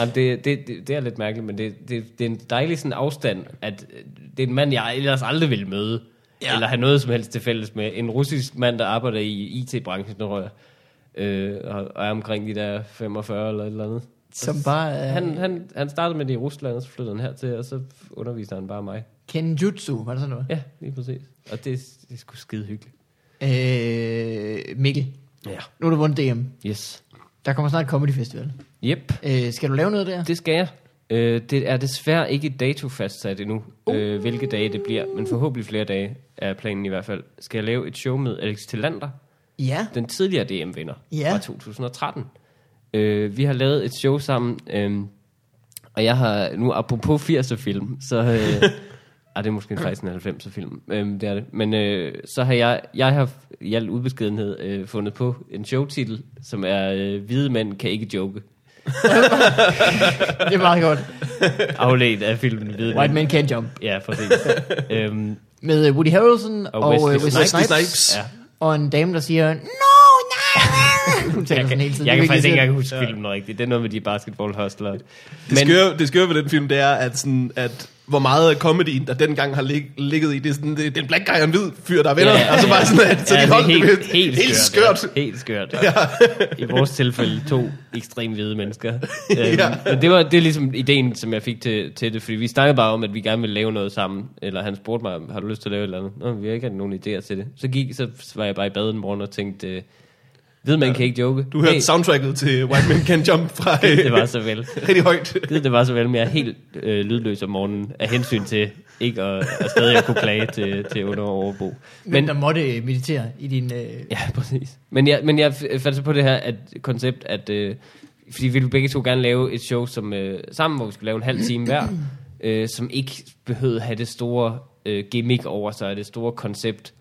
Jamen, det, det, det, det er lidt mærkeligt, men det, det, det er en dejlig sådan afstand, at øh, det er en mand, jeg ellers aldrig ville møde, ja. eller have noget som helst til fælles med. En russisk mand, der arbejder i IT-branchen, tror jeg, øh, og, og er omkring de der 45 eller et eller andet. Som bare er... Han, han, han startede med det i Rusland, og så flyttede han hertil, og så underviste han bare mig. Kenjutsu, var det sådan noget? Ja, lige præcis. Og det, det er sgu skide hyggeligt. Øh, Mikkel, Ja. nu har du vundet DM. Yes. Der kommer snart Comedy Festival. Yep. Øh, skal du lave noget der? Det skal jeg. Øh, det er desværre ikke dato fastsat endnu, øh, hvilke dage det bliver, men forhåbentlig flere dage er planen i hvert fald. Skal jeg lave et show med Alex Tillander, Ja. den tidligere DM-vinder Ja. fra 2013. Øh, vi har lavet et show sammen, øh, og jeg har nu apropos 80'er film, så... Øh, ah, det er måske faktisk en 90'er film, øhm, det er det. Men øh, så har jeg, jeg har i al udbeskedenhed øh, fundet på en showtitel, som er øh, Hvide mænd kan ikke joke. Det er meget godt. Afledt af filmen Hvide White mænd Man Can't Jump. Ja, præcis. øhm, Med øh, Woody Harrelson og, og Wesley, Wesley Snipes. Snipes. Snipes. ja. Og en dame, der siger, No, nej! Hun taler Jeg sådan hele kan, tiden. jeg Det kan er faktisk ikke virkelig engang huske filmen rigtigt. Det er noget med de basketball hustlere. Det, skøre, det skøre ved den film, det er, at, sådan, at hvor meget af comedyen, der dengang har lig, ligget i, det er sådan, det, det er en black guy og en hvid fyr, der er venner. Ja, ja, ja. Og så bare sådan, at, så ja, de det er holdt helt, det helt, ved- helt, helt skørt. skørt. Ja. Helt skørt. Ja. I vores tilfælde to ekstremt hvide mennesker. Øhm, Ja. Men det var det er ligesom ideen, som jeg fik til, til det, fordi vi snakkede bare om, at vi gerne ville lave noget sammen. Eller han spurgte mig, har du lyst til at lave et eller andet? Nå, vi har ikke haft nogen idéer til det. Så gik, så var jeg bare i baden morgen og tænkte, øh, ved man kan ikke joke. Du hørte Hey, soundtracket til White Man Can Jump fra Det var så vel. rigtig højt. Gid det var så vel, men jeg er helt øh, lydløs om morgenen af hensyn til ikke at, at stadig at kunne klage til, til under og overbo. Men Men, der måtte øh, meditere i din... Øh, ja, præcis. Men jeg, men jeg f- fandt så på det her at, koncept, at øh, fordi vi ville begge to gerne lave et show som, øh, sammen, hvor vi skulle lave en halv time hver, øh, som ikke behøvede at have det store øh, gimmick over sig, og det store koncept.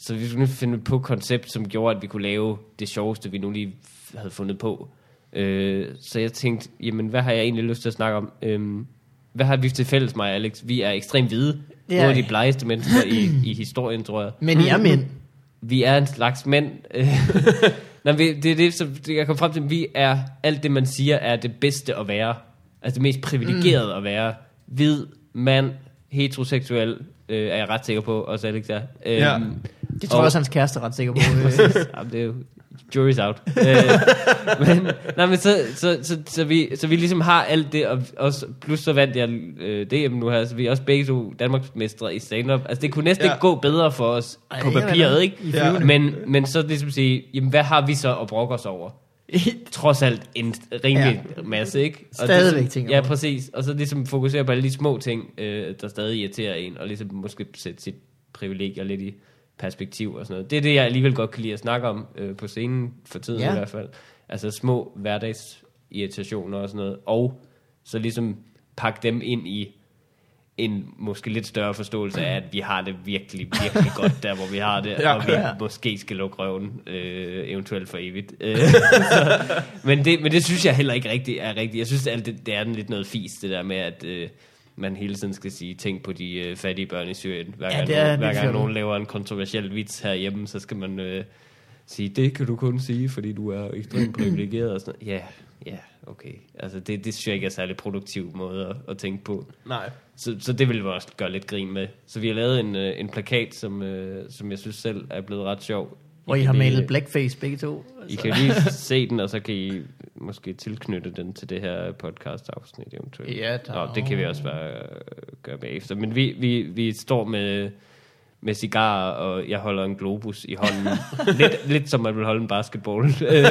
Så vi skulle finde på et koncept, som gjorde, at vi kunne lave det sjoveste, vi nu lige f- havde fundet på. Øh, så jeg tænkte, jamen, hvad har jeg egentlig lyst til at snakke om? Øhm, hvad har vi til fælles, mig og Alex? Vi er ekstremt hvide. Ja. Ja. Nogle af de blegeste mennesker i, i historien, tror jeg. men I er mænd. Vi er en slags mænd. Øh, Nå, vi, det er det, som det, jeg kom frem til. Vi er, alt det man siger, er det bedste at være. Altså det mest privilegerede mm. at være. Hvid, mand, heteroseksuel, øh, er jeg ret sikker på, også Alex er. Øh, Ja. Det tror jeg også, hans kæreste er ret sikker på. Øh, Præcis. Jamen, det er jo, jury's out. Øh, men, nej, men så, så, så, så, vi, så vi ligesom har alt det, og også, plus så vandt jeg øh, DM nu her, så vi er også begge to Danmarksmestre i stand-up. Altså, det kunne næsten Ja. ja. ikke gå bedre for os Ej, Ej, på det er papiret, vel- ikke? i flyvende. Men, men så ligesom sige, jamen, hvad har vi så at brokke os over? Trods alt en rimelig ja. masse, ikke? Stadigvæk ligesom- ting Ja, over. præcis. Og så ligesom fokusere på alle de små ting, øh, der stadig irriterer en, og ligesom måske sætte sit privilegier lidt i perspektiv og sådan noget. Det er det, jeg alligevel godt kan lide at snakke om øh, på scenen, for tiden Ja. ja. i hvert fald. Altså små hverdagsirritationer og sådan noget, og så ligesom pakke dem ind i en måske lidt større forståelse af, at vi har det virkelig, virkelig godt der, hvor vi har det, Ja. ja. og vi Ja. måske skal lukke røven, øh, eventuelt for evigt. Øh, så, men, det, men det synes jeg heller ikke rigtig er rigtigt. Jeg synes, alt det, det er den lidt noget fis, det der med, at øh, man hele tiden skal sige, tænk på de øh, fattige børn i Syrien. Hver Ja, gang, det ja, er nogen, hver lidt gang fjollet. nogen laver en kontroversiel vits herhjemme, så skal man øh, sige, det kan du kun sige, fordi du er ekstremt privilegeret og sådan noget. Ja, ja, okay. Altså, det, det synes jeg ikke er særlig produktiv måde at, at tænke på. Nej. Så, så det ville vi også gøre lidt grin med. Så vi har lavet en, øh, en plakat, som, øh, som jeg synes selv er blevet ret sjov. hvor I kan har lige- malet blackface begge to. I kan lige se den, og så kan I måske tilknytte den til det her podcast-afsnit eventuelt. Ja, tak. Nå, det kan vi også bare øh, gøre bagefter. Men vi, vi, vi står med, med cigarer, og jeg holder en globus i hånden. lidt, lidt som man vil holde en basketball. Øh,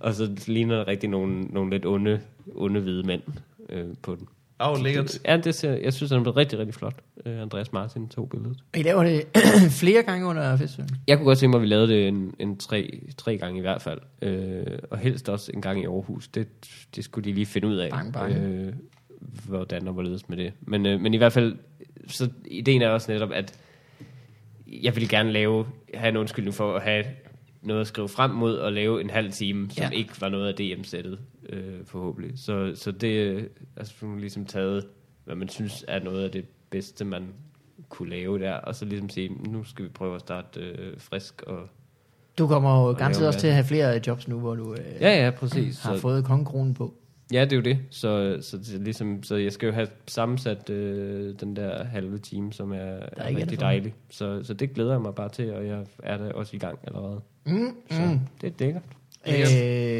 og så ligner der rigtig nogle, nogle lidt onde, onde hvide mænd øh, på den. Åh, oh, lækkert. Ja, det ser, jeg synes, han er blevet rigtig, rigtig flot. Øh, Andreas Martin tog billedet. I laver det flere gange under festivalen. Jeg kunne godt tænke mig, at vi lavede det en, en tre, tre gange i hvert fald. Øh, og helst også en gang i Aarhus. Det, det skulle de lige finde ud af. Bang, bang. Øh, hvordan og hvorledes med det. Men, øh, men i hvert fald, så ideen er også netop, at jeg ville gerne lave, have en undskyldning for at have noget at skrive frem mod og lave en halv time, som Ja. ja. ikke var noget af DM-sættet, øh, forhåbentlig. Så, så det øh, altså, nu har man ligesom taget, hvad man synes er noget af det bedste, man kunne lave der, og så ligesom sige, nu skal vi prøve at starte øh, frisk og Du kommer jo garanteret laver også mad. til at have flere jobs nu, hvor du øh, Ja, ja, præcis. har Så, fået kongekronen på. ja, det er jo det. Så, så, det er ligesom, så jeg skal jo have sammensat øh, den der halve time, som er, er ikke andet rigtig for. dejlig. Så, så det glæder jeg mig bare til, og jeg er da også i gang allerede. Mm, Så mm. det er dækker.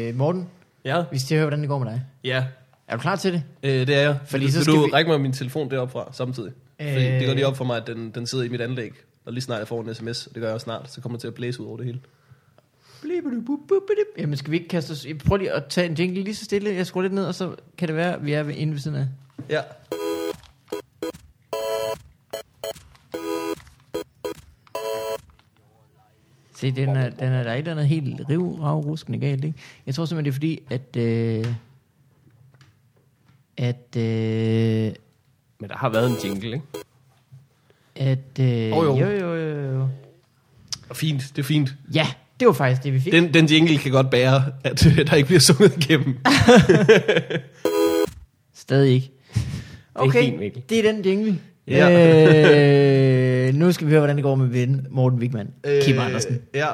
Øh, Morten, Ja, vi skal høre, hvordan det går med dig. ja. Er du klar til det? Øh, det er jeg. Fordi Fordi vil, så så skal vil du vi- række mig min telefon deroppe fra samtidig? Fordi Øh. det går lige op for mig, at den, den sidder i mit anlæg. Og lige snart jeg får en sms, og det gør jeg også snart, så kommer det til at blæse ud over det hele. Jamen, skal vi ikke kaste os... Prøv lige at tage en jingle lige så stille. Jeg skruer lidt ned, og så kan det være, at vi er ved- inde ved siden af. Ja. Se, den er, den er der er et eller andet helt rivragruskende galt, ikke? Jeg tror simpelthen, det er fordi, at... Øh, at... Øh, Men der har været en jingle, ikke? at øh, Åh, jo. Jo, jo, jo, jo. Og fint, det er fint. Ja, det var faktisk det, vi fik. Den, den jingle kan godt bære, at øh, der ikke bliver sunget igennem. Stadig ikke. er fint, Mikkel. det er den jingle. Ja. Øh, nu skal vi høre, hvordan det går med ven Morten Wigman. Øh, Kim Andersen. Ja,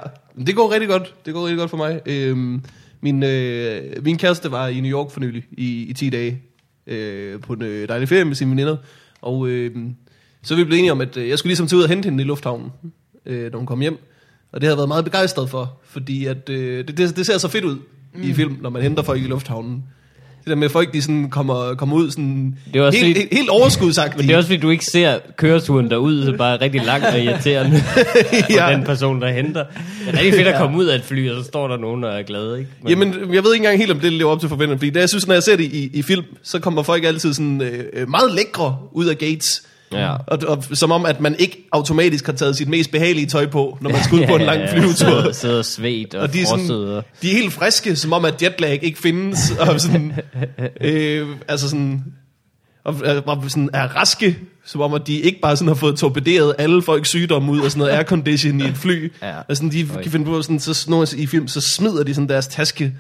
det går rigtig godt. Det går rigtig godt for mig. Øhm, min, øh, min kæreste var i New York for nylig i, i 10 dage øh, på en øh, dejlig ferie med sine veninder. Og øh, så er vi blevet enige om, at øh, jeg skulle ligesom tage ud og hente hende i lufthavnen, øh, når hun kom hjem. Og det har jeg været meget begejstret for, fordi at, øh, det, det, det ser så fedt ud mm. i film, når man henter folk i lufthavnen. Det der med, at folk de sådan kommer, kommer ud sådan Det er også helt, fordi- helt, helt overskudsagtigt. Men det er også, fordi du ikke ser køreturen derud, så bare er rigtig langt og irriterende ja. den person, der henter. Det er rigtig fedt at komme ud af et fly, og så står der nogen, der er glade, ikke? Men, Jamen, jeg ved ikke engang helt, om det lever op til forventningerne, fordi da jeg synes, når jeg ser det i, i film, så kommer folk altid sådan øh, øh, meget lækre ud af gates. Ja. Og, og, som om, at man ikke automatisk har taget sit mest behagelige tøj på, når man skal ud på en lang flyvetur. Sidder, sidder svedt og, Og de er, frosset sådan, og- de er helt friske, som om, at jetlag ikke findes. Og sådan, øh, altså sådan, og, øh, og sådan er raske, som om, at de ikke bare sådan har fået torpederet alle folks sygdomme ud og sådan noget aircondition i et fly. Ja. Og sådan, de Oj. kan finde på, sådan, så snor i film, så smider de sådan deres taske,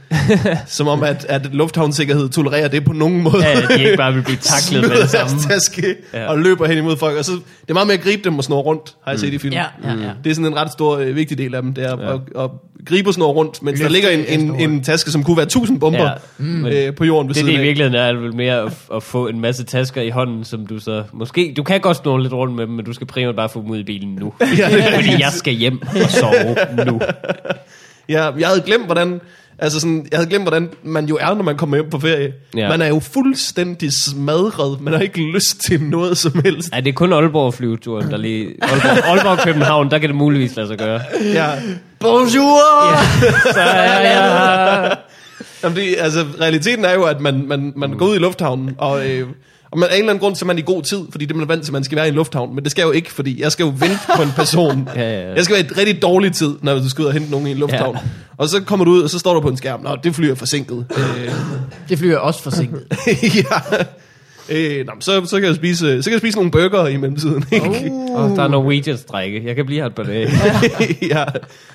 som om, at, at lufthavnssikkerhed tolererer det på nogen måde. Ja, at de ikke bare vil blive taklet med Smider det samme. deres taske Ja. Mm. og løber hen imod folk. Og så, det er meget med at gribe dem og snor rundt, har jeg set i film. Ja, ja, ja. Det er sådan en ret stor, øh, vigtig del af dem, det er at, at, at gribe og snor rundt, mens der Løfte ligger en, af en, snoren. en taske, som kunne være tusind bomber Ja, ja. mm. øh, på jorden ved Det, siden det af. i virkeligheden er, er vel mere at, at få en masse tasker i hånden, som du så måske... Du kan godt snurre lidt rundt med dem, men du skal primært bare få dem ud i bilen nu. Ja, det er Fordi jeg skal hjem og sove nu. Ja, jeg havde glemt, hvordan... Altså sådan, jeg havde glemt, hvordan man jo er, når man kommer hjem på ferie. Ja. Ja. Man er jo fuldstændig smadret. Man har ikke lyst til noget som helst. Ja, det er kun Aalborg flyveturen, der lige... Aalborg, Aalborg København, der kan det muligvis lade sig gøre. Ja. Bonjour! Ja. Så er jeg... Jamen, det, altså, realiteten er jo, at man, man, man går ud i lufthavnen, og, øh, og man, af en eller anden grund, så er man i god tid, fordi det man er vant til, at man skal være i en lufthavn. Men det skal jeg jo ikke, fordi jeg skal jo vente på en person. Ja, ja, ja. Jeg skal være i et rigtig dårlig tid, når du skal ud og hente nogen i en lufthavn. Ja. Ja. Og så kommer du ud, og så står du på en skærm. Nå, det fly er forsinket. Øh, Det flyver også forsinket. ja. Øh, nå, men så, så, kan jeg spise, så kan jeg spise nogle burger i mellemtiden. Ikke? Oh, der er Norwegian-strække. Jeg kan blive her et par dage. ja.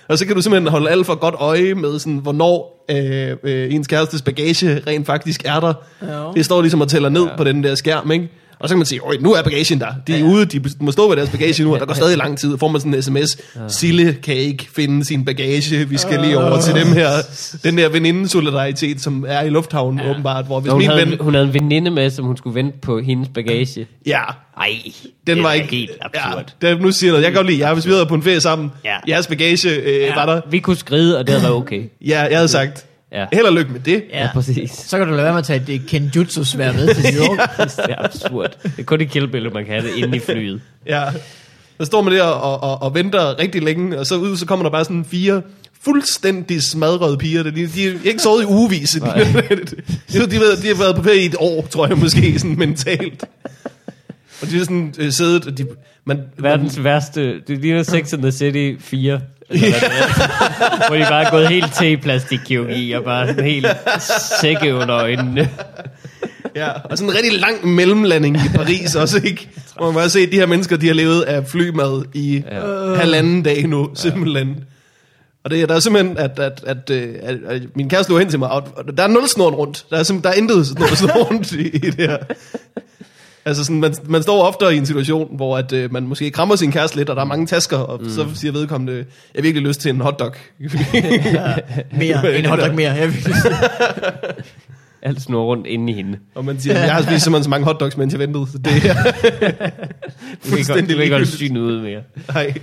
Og så kan du simpelthen holde alt for godt øje med, sådan, hvornår øh, øh, ens kærestes bagage rent faktisk er der. Ja. Ja. Det står ligesom og tæller ned ja. på den der skærm, ikke? Og så kan man sige, "Øj, nu er bagagen der. De er ja. ude, de må stå ved deres bagage nu, og der går stadig lang tid. Og får man sådan en sms, Sille kan ikke finde sin bagage, vi skal lige over til dem her. Den der venindesolidaritet, som er i lufthavnen ja. åbenbart, hvor hvis Så hun, min havde, ven... en- hun havde en veninde med, som hun skulle vente på hendes bagage. Ja, Ej, Den det var er ikke helt absurd. Ja, det, nu siger jeg noget. Jeg kan godt lide jer, hvis vi havde været på en ferie sammen. Ja. Ja. Jeres bagage øh, ja. var der. Vi kunne skride, og det havde været okay. Ja, jeg havde sagt. Ja. Ja. Held og lykke med det. Ja, præcis. Så kan du lade være med at tage et øh, kenjutsu svær med til New York. Det er absurd. Det er kun i Kill Bill, man kan have det inde i flyet. Ja. Så står man der og, og, og venter rigtig længe, og så ud, så kommer der bare sådan fire fuldstændig smadrede piger. De, de er ikke sovet i ugevis. De, de, Nej. de, de, ved- de har været på ferie i et år, tror jeg måske, sådan mentalt. Og de er sådan øh, siddet, og de, man, Verdens værste. Det ligner Sex and the City 4. Eller hvad det er. Hvor de bare er gået helt til i plastikkirurgi og bare sådan helt sække under øjnene. Ja, og sådan en rigtig lang mellemlanding i Paris også, ikke? Hvor man bare se, at de her mennesker, de har levet af flymad i Ja. ja. halvanden dag nu, simpelthen. Og det, der er simpelthen, at, at, at, øh, at, at min kæreste lå hen til mig, og og der er nul snoren rundt. Der er, simpelthen, der er intet snor, snor rundt i, i det her. Altså sådan, man, man står ofte i en situation, hvor at, øh, man måske krammer sin kæreste lidt, og der er mange tasker, og mm. så siger vedkommende, jeg har virkelig lyst til en hotdog. Mere, en hotdog mere. Jeg vil Alt snor rundt inde i hende. og man siger, jeg har spist simpelthen så mange hotdogs, mens jeg ventede. Så det er Du kan godt, fuldstændig du kan ikke holde ligegyldigt. synet ud mere. Nej,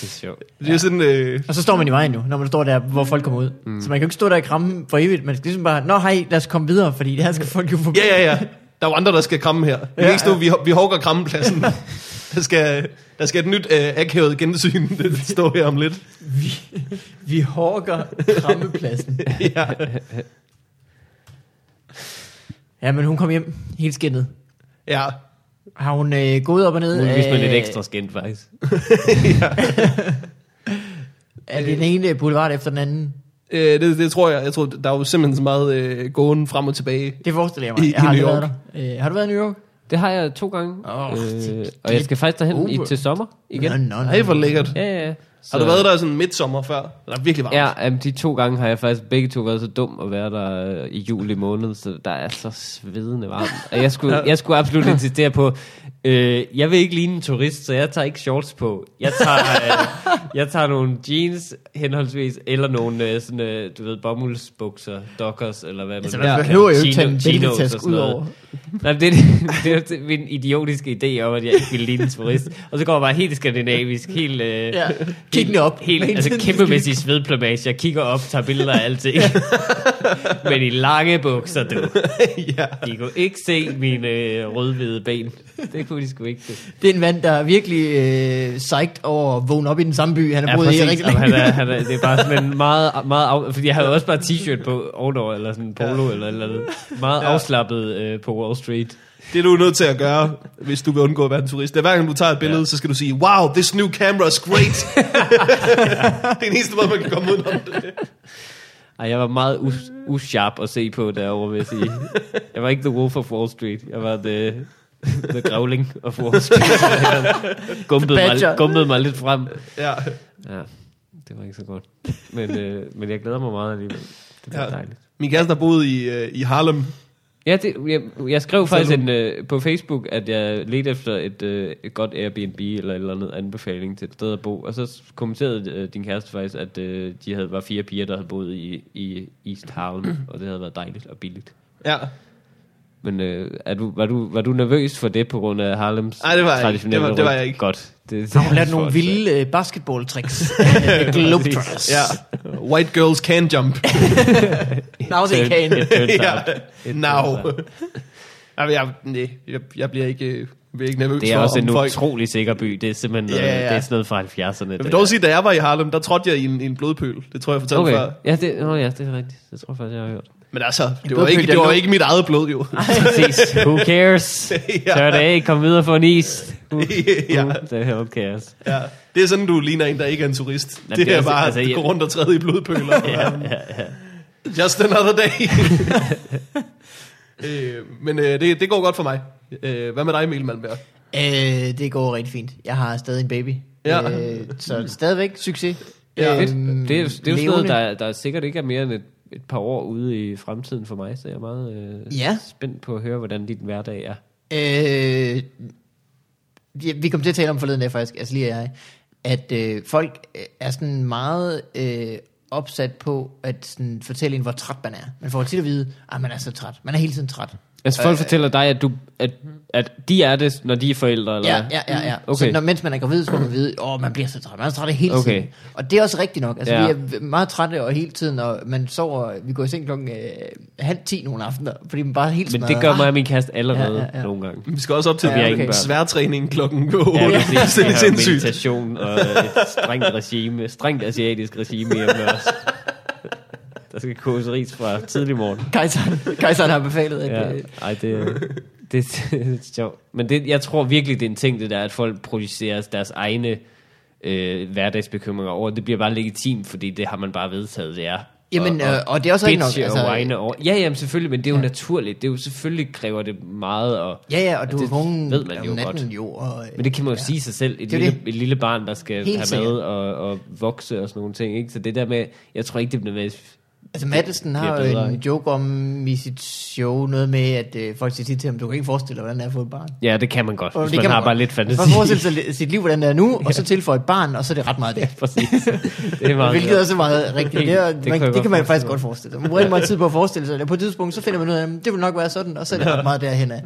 Det er sjovt. det er jo sådan, øh, Og så står man i vejen jo, når man står der, hvor folk kommer ud. Mm. Så man kan jo ikke stå der i kramme for evigt. Man skal ligesom bare, nå hej, lad os komme videre, fordi det her skal folk jo forbi. ja, ja, ja. Der er jo andre, der skal kramme her. Vi kan Ja, ikke stå, vi, vi hugger krammepladsen. Der skal, der skal et nyt øh, akavet gensyn stå her om lidt. Vi hårker krammepladsen. Ja. Ja, men hun kom hjem helt skinnet. ja. Har hun øh, gået op og ned? Muligvis med af- lidt ekstra skænd, faktisk. Er det den ene boulevard efter den anden? Øh, det, det tror jeg. Jeg tror, der er jo simpelthen så meget øh, gående frem og tilbage. Det forestiller jeg I- mig. i Jeg har aldrig New været der. Øh, har du været i New York? Det har jeg to gange. Åh, øh, det- og jeg skal faktisk derhen i, Uber. til sommer igen. Nå, nå, nå. Ej, hvor lækkert. Ja, ja, ja. Har du været der sådan midtsommer før? Der er virkelig varmt. Ja, jamen, de to gange har jeg faktisk begge to været så dum at være der øh, i juli måned, så der er så svedende varmt. Og jeg skulle, jeg skulle absolut insistere på, øh, jeg vil ikke ligne en turist, så jeg tager ikke shorts på. Jeg tager, øh, jeg tager nogle jeans henholdsvis, eller nogle øh, sådan, øh, du ved, bomuldsbukser, dockers, eller hvad man Altså, nu man kalder behøver jo det. ikke tage en Chino- chinos og bæltetask sådan ud noget. over. Nej, men det, det er jo min idiotiske idé om, at jeg ikke vil ligne en turist. Og så går jeg bare helt skandinavisk, helt... Øh, Ja. Kiggende op. Helt, altså kæmpemæssig svedplamage. Jeg kigger op, tager billeder af alting. Men i lange bukser, du. ja. De kunne ikke se mine øh, rødhvide ben. Det kunne de sgu ikke se. Det er en mand, der er virkelig øh, psyched over at vågne op i den samme by, han har boet i rigtig Jamen, længe. han er, han er, det er bare sådan en meget, meget af, fordi jeg havde også bare t-shirt på ovenover, eller sådan en polo, eller, eller noget. Meget Ja. afslappet øh, på Wall Street. Det er du nødt til at gøre, hvis du vil undgå at være en turist. Det er, hver gang du tager et billede, ja. så skal du sige, wow, this new camera is great. det er den eneste måde, man kan komme udenom det. Ej, jeg var meget us- usharp at se på derovre, vil jeg sige. Jeg var ikke The Wolf of Wall Street. Jeg var The, the Growling of Wall Street. Jeg gumpede, The Badger. mig, gumpede mig lidt frem. Ja. Ja, det var ikke så godt. Men, øh, men jeg glæder mig meget alligevel. Det var Ja. ja. dejligt. Min kæreste har boet i, øh, i Harlem. Ja, det, jeg, jeg skrev faktisk en, øh, på Facebook, at jeg ledte efter et, øh, et godt Airbnb eller et eller andet anbefaling til et sted at bo. Og så kommenterede øh, din kæreste faktisk, at øh, de havde, var fire piger, der havde boet i, i East Harlem, og det havde været dejligt og billigt. Ja. Men øh, er du, var, du, var du nervøs for det på grund af Harlems Nej, det var jeg ikke. traditionelle Det var- det var jeg ryg? ikke. Godt. Det, det Har hun lært nogle vilde øh, basketball-tricks? Øh, Globetrotters. Ja. White girls can jump. Now they can. ja. ja. Now. Jamen, jeg, nej, jeg, jeg bliver ikke, øh, bliver ikke nervøs Det er for, også om en folk... utrolig sikker by. Det er simpelthen noget, Ja, ja. Det er sådan noget fra 70'erne. Jeg det vil der. dog sige, da jeg var i Harlem, der trådte jeg i en, i en blodpøl. Det tror jeg, jeg fortalte okay. før. okay. Ja det, nå, ja, det er rigtigt. Det tror jeg faktisk, jeg har hørt. Men altså, det var, blodpøl, ikke, der det var lå- Ah. ikke mit eget blod, jo. Præcis. Who cares? Ja. Tør det af. Kom videre for en is. Who, Ja. who the hell cares? Ja. Det er sådan, du ligner en, der ikke er en turist. Jamen, det, det det er er også- bare altså, at jeg- gå rundt og træde i blodpøler. Ja, ja, ja. Just another day. øh, men øh, det, det går godt for mig. Øh, hvad med dig, Emil Malmberg? Øh, det går rigtig fint. Jeg har stadig en baby. Ja. Øh, så stadigvæk succes. Ja. Fedt. Øhm, Det er, jo- det er jo sådan noget, levende. der, der sikkert ikke er mere end et, et par år ude i fremtiden for mig, så jeg er meget øh, Ja. spændt på at høre, hvordan dit hverdag er. Øh, vi, vi kom til at tale om forleden dag faktisk, altså lige jeg, at øh, folk øh, er sådan meget øh, opsat på at sådan, fortælle en, hvor træt man er. Man får tit at vide, at man er så træt. Man er hele tiden træt. Altså folk øh, fortæller dig, at, du, at, at de er det, når de er forældre, eller Ja, hvad? Mm, ja, ja. ja. Okay. Okay. Så når, mens man er gravid, så får man vide, åh, man bliver så træt. Man er så træt hele Okay. tiden. Og det er også rigtigt nok. Altså, Ja. ja. vi er meget trætte og hele tiden, og man sover, vi går i seng klokken øh, halv ti nogle aftener, fordi man bare er helt Men smadret. det gør Ah, mig og min kæreste allerede ja, Ja, ja, ja, ja. ja. nogle gange. Vi skal også op til Ja, ja, okay. okay. sværtræning klokken 8. Ja, Ja, præcis. det er lidt Jeg har sindssygt. meditation og øh, et strengt regime, strengt asiatisk regime hjemme også. Der skal koges ris fra tidlig morgen. Kejseren, kejseren har befalet, at... øh, Ja. Ja. Ej, det, er- det, det er sjovt. Men det, jeg tror virkelig, det er en ting, det der, at folk producerer deres egne øh, hverdagsbekymringer over. Det bliver bare legitimt, fordi det har man bare vedtaget, det er. Jamen, og, og, og det er også bitche rigtigt nok. altså, og whine over. Ja, jamen selvfølgelig, men det er jo naturligt. Det er jo selvfølgelig kræver det meget. Og, Ja, ja, og og du er det vågen ved man jo om natten godt. jo. Og, øh, Men det kan man jo ja. sige sig selv, et Det er lille, det. et lille barn, der skal Helt have mad sikkert. og, og vokse og sådan nogle ting. Ikke? Så det der med, jeg tror ikke, det bliver nødvendigvis Altså Maddelsen bliver har jo bedre, en ikke? joke om i sit show, noget med, at øh, folk siger tit til ham, du kan ikke forestille dig, hvordan det er at få et barn. Ja, det kan man godt, Og hvis det man kan har godt. bare lidt Man fantasi. forestiller sig li- sit liv, hvordan det er nu, og så tilføje et barn, og så er det ret meget det. Præcis. Det er meget Hvilket også er meget rigtigt. Det, er, Det det, kunne man, jeg det godt kan man faktisk forestille godt forestille sig. Man bruger ikke meget tid på at forestille sig det. På et tidspunkt, så finder man ud af, at det vil nok være sådan, og så er det ret meget derhen af.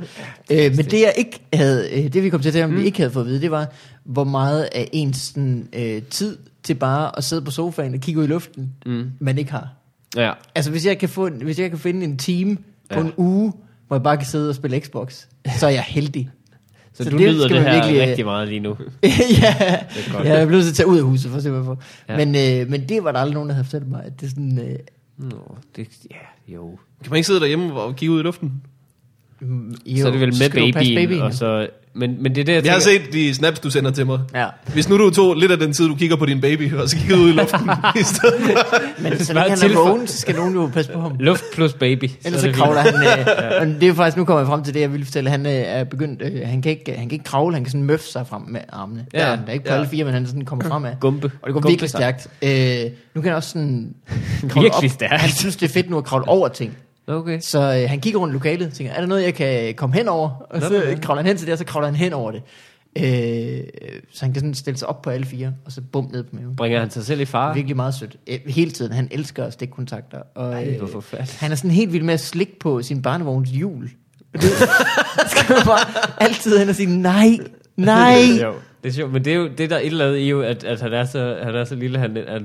Øh, men det, jeg ikke havde, øh, det vi kom til at tale om, Mm. vi ikke havde fået at vide, det var, hvor meget af ens sådan, øh, tid til bare at sidde på sofaen og kigge ud i luften, mm. man ikke har. Ja. Altså, hvis jeg kan, få, en- hvis jeg kan finde en time på Ja. en uge, hvor jeg bare kan sidde og spille Xbox, så er jeg heldig. Så, Så du det lyder skal det man her virkelig, øh, rigtig meget lige nu. ja, er godt. ja, jeg blev nødt til at tage ud af huset for at se, hvad jeg får. Ja. Ja. Men, øh, men det var der aldrig nogen, der havde fortalt mig, at det er sådan... Øh, Nå, det, ja, jo. Kan man ikke sidde derhjemme og kigge ud i luften? mm, jo. jo, Så er det vel med skal du passe babyen, babyen, og så... Men, men det er det, jeg, Jeg har tænker- set de snaps, du sender til mig. Ja, Hvis nu du tog lidt af den tid, du kigger på din baby, og så kigger ud i luften i stedet for. men så bare længe han er tilføj- vågen, så skal nogen jo passe på ham. Luft plus baby. Ellers er så det kravler han... Øh, men det er jo faktisk, nu kommer jeg frem til det, jeg ville fortælle. Han øh, er begyndt... Øh, han, kan ikke, han kan ikke kravle, han kan sådan møffe sig frem med armene. Ja, Ja, han er ikke på ja. alle fire, men han sådan kommer fremad. Gumpe. Og det går Gumpe virkelig sig. stærkt. Øh, nu kan han også sådan... kravle Virkelig op. stærkt. Han synes, det er fedt nu at kravle over ting. virkelig- Okay. Så øh, han kigger rundt i lokalet og tænker, er der noget, jeg kan komme hen over? Og Nå, så ja. øh, kravler han hen til det, og så kravler han hen over det. Øh, så han kan sådan stille sig op på alle fire, og så bum ned på maven. Bringer han sig selv i fare? Virkelig meget sødt. Øh, hele tiden. Han elsker stikkontakter. Og, Ej, øh, hvor forfærdeligt. han er sådan helt vild med at slikke på sin barnevogns hjul. Det skal man bare altid hen og sige, nej, nej. Det er sjovt. Det er sjovt, men det er jo det, der er et eller andet i jo, at, at han, er så, han er så lille, han, at,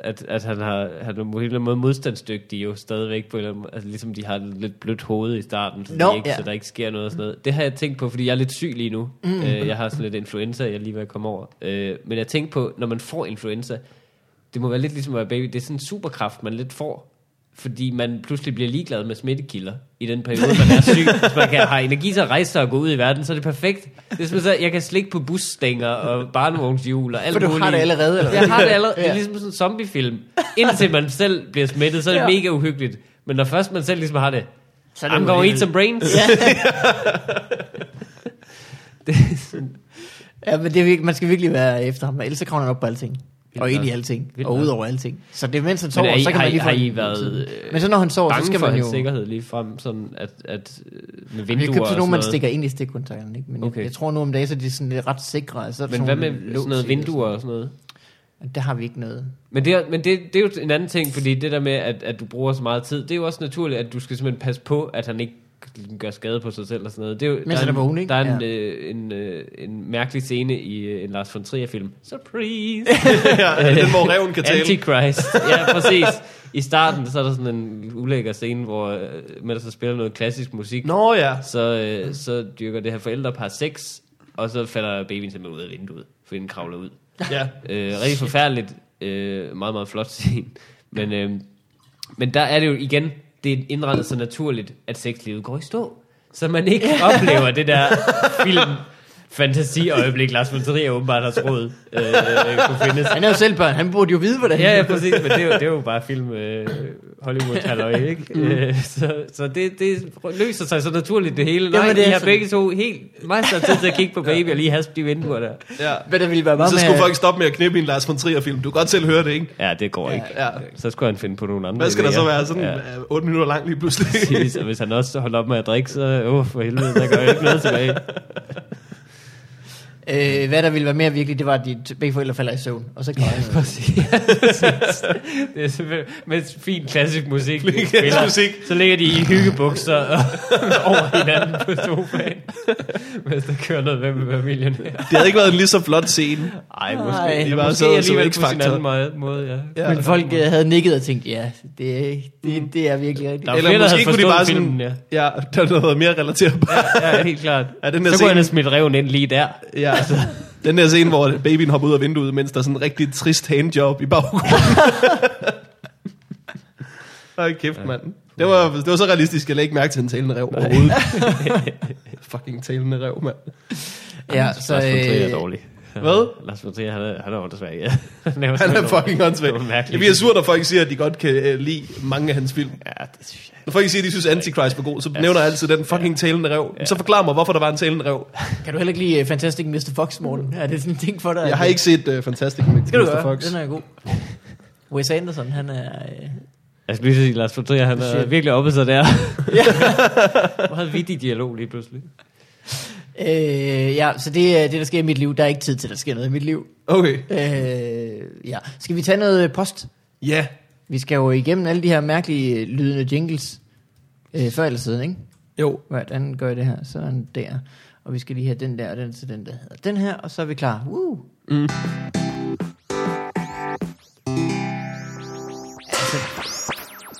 at, at han, har, han er på en eller anden måde modstandsdygtig jo stadigvæk, på en eller anden måde. Altså, ligesom de har et lidt blødt hoved i starten, så, Nå, de ikke, ja. så der ikke sker noget og sådan noget. Det har jeg tænkt på, fordi jeg er lidt syg lige nu. Mm. Øh, jeg har sådan lidt influenza, jeg er lige ved at komme over. Øh, men jeg tænkte på, når man får influenza, det må være lidt ligesom at være baby, det er sådan en superkraft, man lidt får fordi man pludselig bliver ligeglad med smittekilder i den periode, man er syg. Hvis man kan have energi til at rejse sig og gå ud i verden, så er det perfekt. Det er som så, jeg kan slikke på busstænger og barnevognshjul og alt For du har muligt. det allerede, eller hvad? Jeg har det allerede. Det er Ja. ligesom sådan en zombiefilm. Indtil man selv bliver smittet, så er det Ja. mega uhyggeligt. Men når først man selv ligesom har det, Så er det I'm jo gonna eat alligevel- some brains. Ja, men det er, virkelig- man skal virkelig være efter ham, ellers så kravler han op på alting. Og ind i nok. alting, Vildt og nok. ud over alting. Så det er, mens han sover, er I- så kan har I- man lige få har I en- været, øh, Men så når han sover, så Bange skal for man hans jo... sikkerhed lige frem, sådan at, at øh, med Vi vinduer har købt og sådan sådan nogle, man noget. stikker ind i stikkontakterne, ikke? Men Okay. okay. jeg tror nu om dagen, så er de sådan lidt ret sikre. Altså, Men hvad med sådan noget vinduer og sådan noget? Der har vi ikke noget. Men, det er, men det, det er jo en anden ting, fordi det der med, at, at du bruger så meget tid, det er jo også naturligt, at du skal simpelthen passe på, at han ikke gør skade på sig selv og sådan noget. Det er jo, han er en, vågen, ikke? der er en, Ja. øh, en, øh, en mærkelig scene i øh, en Lars von Trier-film. Surprise! ja, den, hvor reven kan tale. Antichrist. Ja, præcis. I starten, så er der sådan en ulækker scene, hvor øh, Mette så spiller noget klassisk musik, Nå ja. så, øh, så dyrker det her forældrepar sex, og så falder babyen simpelthen ud af vinduet, fordi den kravler ud. ja. Øh, rigtig forfærdeligt. Øh, meget, meget flot scene. Men, øh, men der er det jo igen, det er indrettet så naturligt, at sexlivet går i stå. Så man ikke oplever det der film fantasiøjeblik, Lars von Trier åbenbart har troet øh, kunne findes. Han er jo selv børn, han burde jo vide, hvordan Ja, ja, præcis, men det er jo, det er jo bare film øh, Hollywood halløj, ikke? Øh, så så det, det løser sig så naturligt det hele. Nej, det Jamen, det I er har sådan. begge to helt meget stor tid til at kigge på baby og lige haspe de vinduer der. ja. Men der ville være meget Så skulle med... folk stoppe med at knippe i en Lars von Trier-film. Du kan godt selv høre det, ikke? Ja, det går ikke. Ja. Så skulle han finde på nogle andre Hvad skal der så idéer. være? Sådan ja. 8 minutter lang lige pludselig. Præcis, og hvis han også holder op med at drikke, så åh, for helvede, der gør jeg ikke noget tilbage. Øh, hvad der ville være mere virkelig, det var, at de t- begge forældre falder i søvn, og så klarer han noget. Præcis. det er selvfølgelig med fin klassisk musik. de spiller. musik. Så ligger de i hyggebukser og over hinanden på sofaen, mens der kører noget med med familien. Det havde ikke været en lige så flot scene. Ej, måske, Ej, Ej, de var måske så- så alligevel på sin X-Factor. anden måde, måde ja. Ja. Men folk øh, havde nikket og tænkt, ja, det, Mm. det, det er virkelig rigtigt. Der var Eller flere, der havde måske kunne de forstået bare filmen, sådan... Ja, der havde været mere relaterbart. ja. ja. helt klart. Ja, den der så kunne han have scene, smidt reven ind lige der. ja, altså, den der scene, hvor babyen hopper ud af vinduet, mens der er sådan en rigtig trist handjob i baggrunden. Ej, kæft, mand. Det var, det var så realistisk, jeg lagde ikke mærke til en talende rev overhovedet. Fucking talende rev, mand. Ja, Så, så... Lars von Trier er øh, dårlig. Hvad? Lars von Trier, han er, han er jo desværre, ja. Han er, jo Han sådan er fucking åndssvagt. Det var Jeg mærkeligt. bliver sur, når folk siger, at de godt kan øh, lide mange af hans film. Ja, det synes jeg. Når folk siger, at de synes Antichrist var god, så nævner jeg altid den fucking talende rev. Så forklar mig, hvorfor der var en talende rev. Kan du heller ikke lide øh, Fantastic Mr. Fox, Morten? Er det sådan en ting for dig? Jeg har ikke set uh, Fantastic Skal du Mr. gøre, Fox. den er god. Wes Anderson, han er... Øh, Jeg skal lige sige, Lars von Trier, han er Shit. virkelig oppe sig der. Meget vittig dialog lige pludselig. Øh, ja, så det er det, der sker i mit liv. Der er ikke tid til, at der sker noget i mit liv. Okay. Øh, ja. Skal vi tage noget øh, post? Ja. Vi skal jo igennem alle de her mærkelige øh, lydende jingles. Øh, før eller siden, ikke? Jo. Hvordan gør jeg det her? Sådan der. Og vi skal lige have den der, og den til den der hedder den her, og så er vi klar. Woo! Mm. Altså,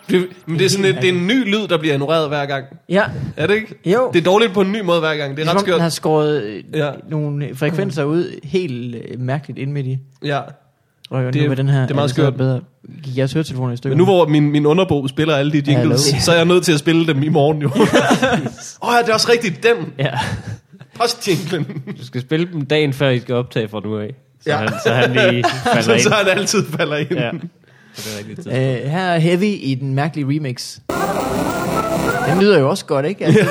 Det, men det er sådan lidt, det er en ny lyd, der bliver ignoreret hver gang. ja, Er det ikke? Jo. Det er dårligt på en ny måde hver gang. Det det er er ret som om, den har skørt. skåret øh, Ja. ja. nogle frekvenser ud helt øh, mærkeligt ind midt i. Ja. Og det, Det nu er- med den her, det er meget så skørt. Bedre. Gik jeres høretelefoner i stykker? Men nu hvor min, min underbo spiller alle de jingles, Hallo. så er jeg nødt til at spille dem i morgen jo. Åh oh, ja, det er også rigtigt. Den Ja. postjinglen. Du skal spille dem dagen før, I skal optage fra nu af. Så, Ja. ja. han, så han lige falder så, ind. så han altid falder ind. Ja. Så det er rigtig tid. Øh, her er Heavy i den mærkelige remix. Den lyder jo også godt, ikke? Altså,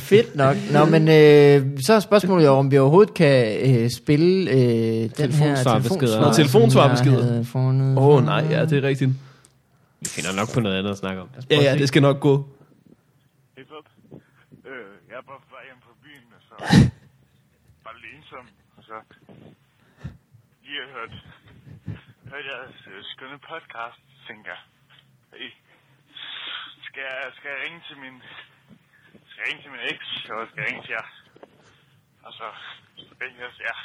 fedt nok. Nå, men øh, så er spørgsmålet jo, om vi overhovedet kan øh, spille øh, den her Telefonsvarbeskeder. Nå, telefonsvarbeskeder. Åh Åh, oh, nej, ja, det er rigtigt. Vi finder nok på noget andet at snakke om. Lad os Ja, prøve at ja, se. det skal nok gå. Hej, Bob. Øh, jeg er bare på vej hjem fra byen, og så var lidt ensom, og så lige har hørt, hørt jeres øh, skønne podcast, tænker jeg. Hey, skal jeg, skal jeg ringe til min, skal jeg ringe til min eks, og skal jeg ringe til jer? Og så ringe jeg til jer.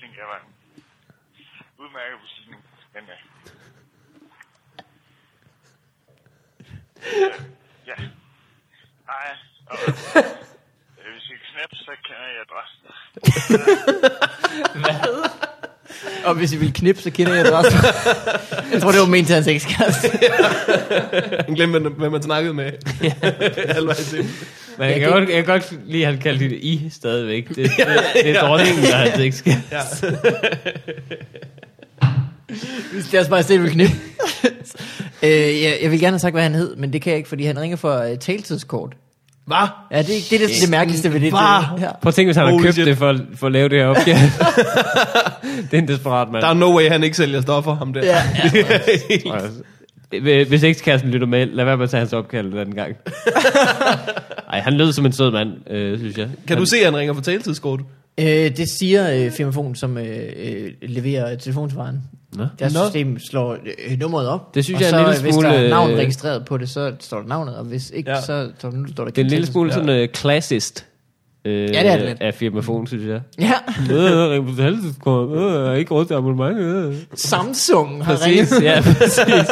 Tænker jeg var en udmærket beslutning, men øh, ja. Hej, og øh, hvis I knap, så kender jeg adressen. Og hvis I vil knippe, så kender jeg det også. jeg tror, det var ment til hans ekskæreste. Han glemte, hvem- hvem man snakkede med. Halvvejs ind. Men jeg, kan Ja, det- godt, jeg kan godt lige have kaldt det I stadigvæk. Det, det, det er dronningen, der har det ikke skal. Hvis deres majestæt vil knippe. øh, jeg, jeg vil gerne have sagt, hvad han hed, men det kan jeg ikke, fordi han ringer for øh, taltidskort. Hvad? Ja, det, det er det, det mærkeligste ved det. Bare- det her. Prøv at tænke, hvis han har Holy købt shit. det for, for at lave det her opgave. det er en desperat mand. Der er no way, han ikke sælger stoffer, ham der. Ja. Hvis- altså, Hvis ekskæresten lytter med, lad være med at tage hans opkald den gang. Nej, han lød som en sød mand, øh, synes jeg. Kan han, du se, at han ringer for taletidskort? Øh, det siger øh, firmafonen, som øh, øh, leverer telefonsvaren. Nå. Deres Nå. system slår øh, nummeret op. Det synes og jeg er så, en øh, lille hvis der er smule, navn øh, registreret på det, så står der navnet, og hvis ikke, Ja. ja. så står der, nu står der Det er en lille Kentensen. smule sådan øh, klassist. Øh, ja, det er det lidt. Af firmafon, synes jeg. Ja, Øh, ring på talelseskort. Øh, jeg har ikke råd til abonnement. Øh. Samsung har ringet. Præcis, ja, præcis.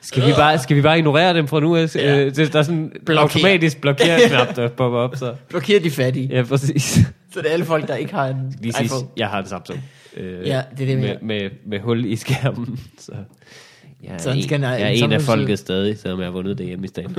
Skal vi, bare, skal vi bare ignorere dem fra nu? af? Øh, det- der er sådan en Blokér. automatisk blokeringsknap, der popper op. Så. Blokerer de fattige. Ja. Ja, præcis. Så det er alle folk, der ikke har en Lige sidst, iPhone. jeg har en Samsung. Øh, Ja, det er det, med, jeg- med, med hul i skærmen. Så jeg er, Sådan en, skal en- jeg er en en af Samsung se ud. folket stadig, selvom jeg har vundet det hjemme i staden.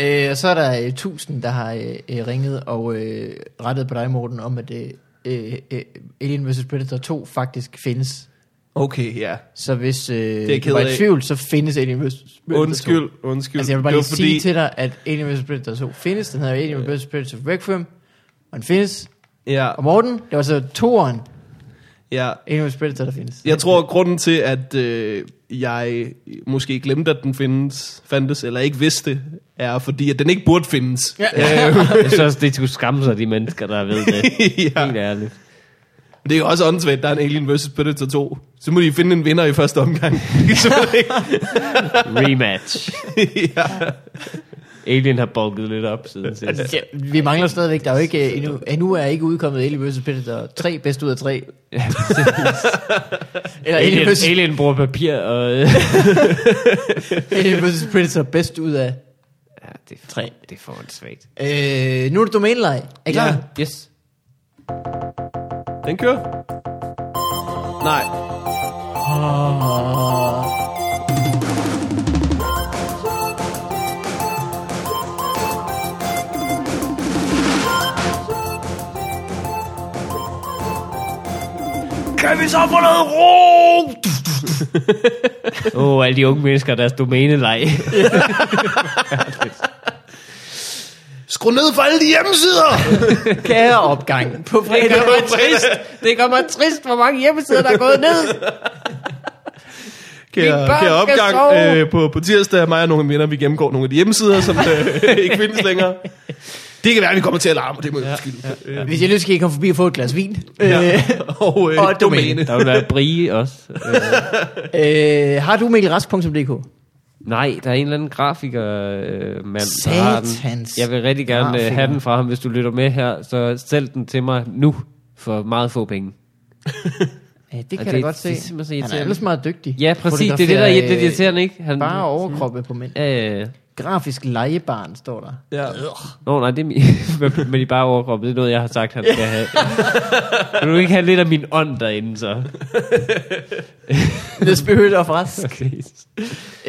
Øh, og så er der øh, tusind, der har øh, øh, ringet og øh, rettet på dig, Morten, om at øh, øh, øh, Alien vs. Predator 2 faktisk findes. Okay, ja. Så hvis øh, jeg det ked du var i af. tvivl, så findes Alien vs. Predator 2. Undskyld, undskyld. Altså jeg vil bare Det var lige sige fordi- til dig, at Alien vs. Predator 2 findes. Den hedder Alien vs. Predator Requiem, og den findes. Ja, Og Morten, det var så toeren ja. Alien vs. Predator, der findes. Jeg tror, at grunden til, at øh, jeg måske glemte, at den findes, fandtes, eller ikke vidste, er fordi, at den ikke burde findes. Ja. jeg synes også, det skulle skamme sig, de mennesker, der ved det. ja. Helt ærligt. Det er jo også åndssvagt, der er en Alien vs. Predator 2. Så må de finde en vinder i første omgang. Så må det Rematch. ikke- ja. Alien har bulket lidt op siden sidst. Ja, vi mangler stadigvæk, der er jo ikke øh, endnu, endnu er ikke udkommet Alien vs. Predator 3, bedst ud af 3. Eller Alien Alien, vs. Alien bruger papir og... Øh, Alien vs. Predator, bedst ud af ja, det, er for, 3. det er for svagt. Øh, nu er det domænelej. Er I klar? Ja. Yes. Den kører. Nej. Kan vi så få noget ro? Åh, oh, alle de unge mennesker, og deres domænelej. Skru ned for alle de hjemmesider! Kære opgang på Det gør fredag. mig trist. Det gør mig trist, hvor mange hjemmesider, der er gået ned. Kære, børn kære skal opgang sove. øh, på, på tirsdag, mig og nogle af mine venner, vi gennemgår nogle af de hjemmesider, som øh, ikke findes længere. Det kan være, at vi kommer til at larme, og det må jeg undskylde. Ja, ja, Hvis jeg lyst, skal I komme forbi og få et glas vin. ja. Og, øh, og domæne. Der vil være brie også. Øh, Øh, har du mailrask.dk? nej, der er en eller anden grafiker, øh, mand, der har den. Satans Jeg vil rigtig gerne øh, have grafiker. den fra ham, hvis du lytter med her. Så sælg den til mig nu for meget få penge. Ja, det kan Og jeg da det- godt se. det er simpelthen så Han er irriterende. ellers meget dygtig. Ja, præcis. Det er det, der er lidt irriterende, ikke? Han, Bare overkroppe på mænd. Øh, Grafisk legebarn, står der. ja. Nå, nej, det er min... med- med de bare overkrop. Det er noget, jeg har sagt, han skal have. Vil du ikke have lidt af min ånd derinde, så? The spirit of rask. Okay.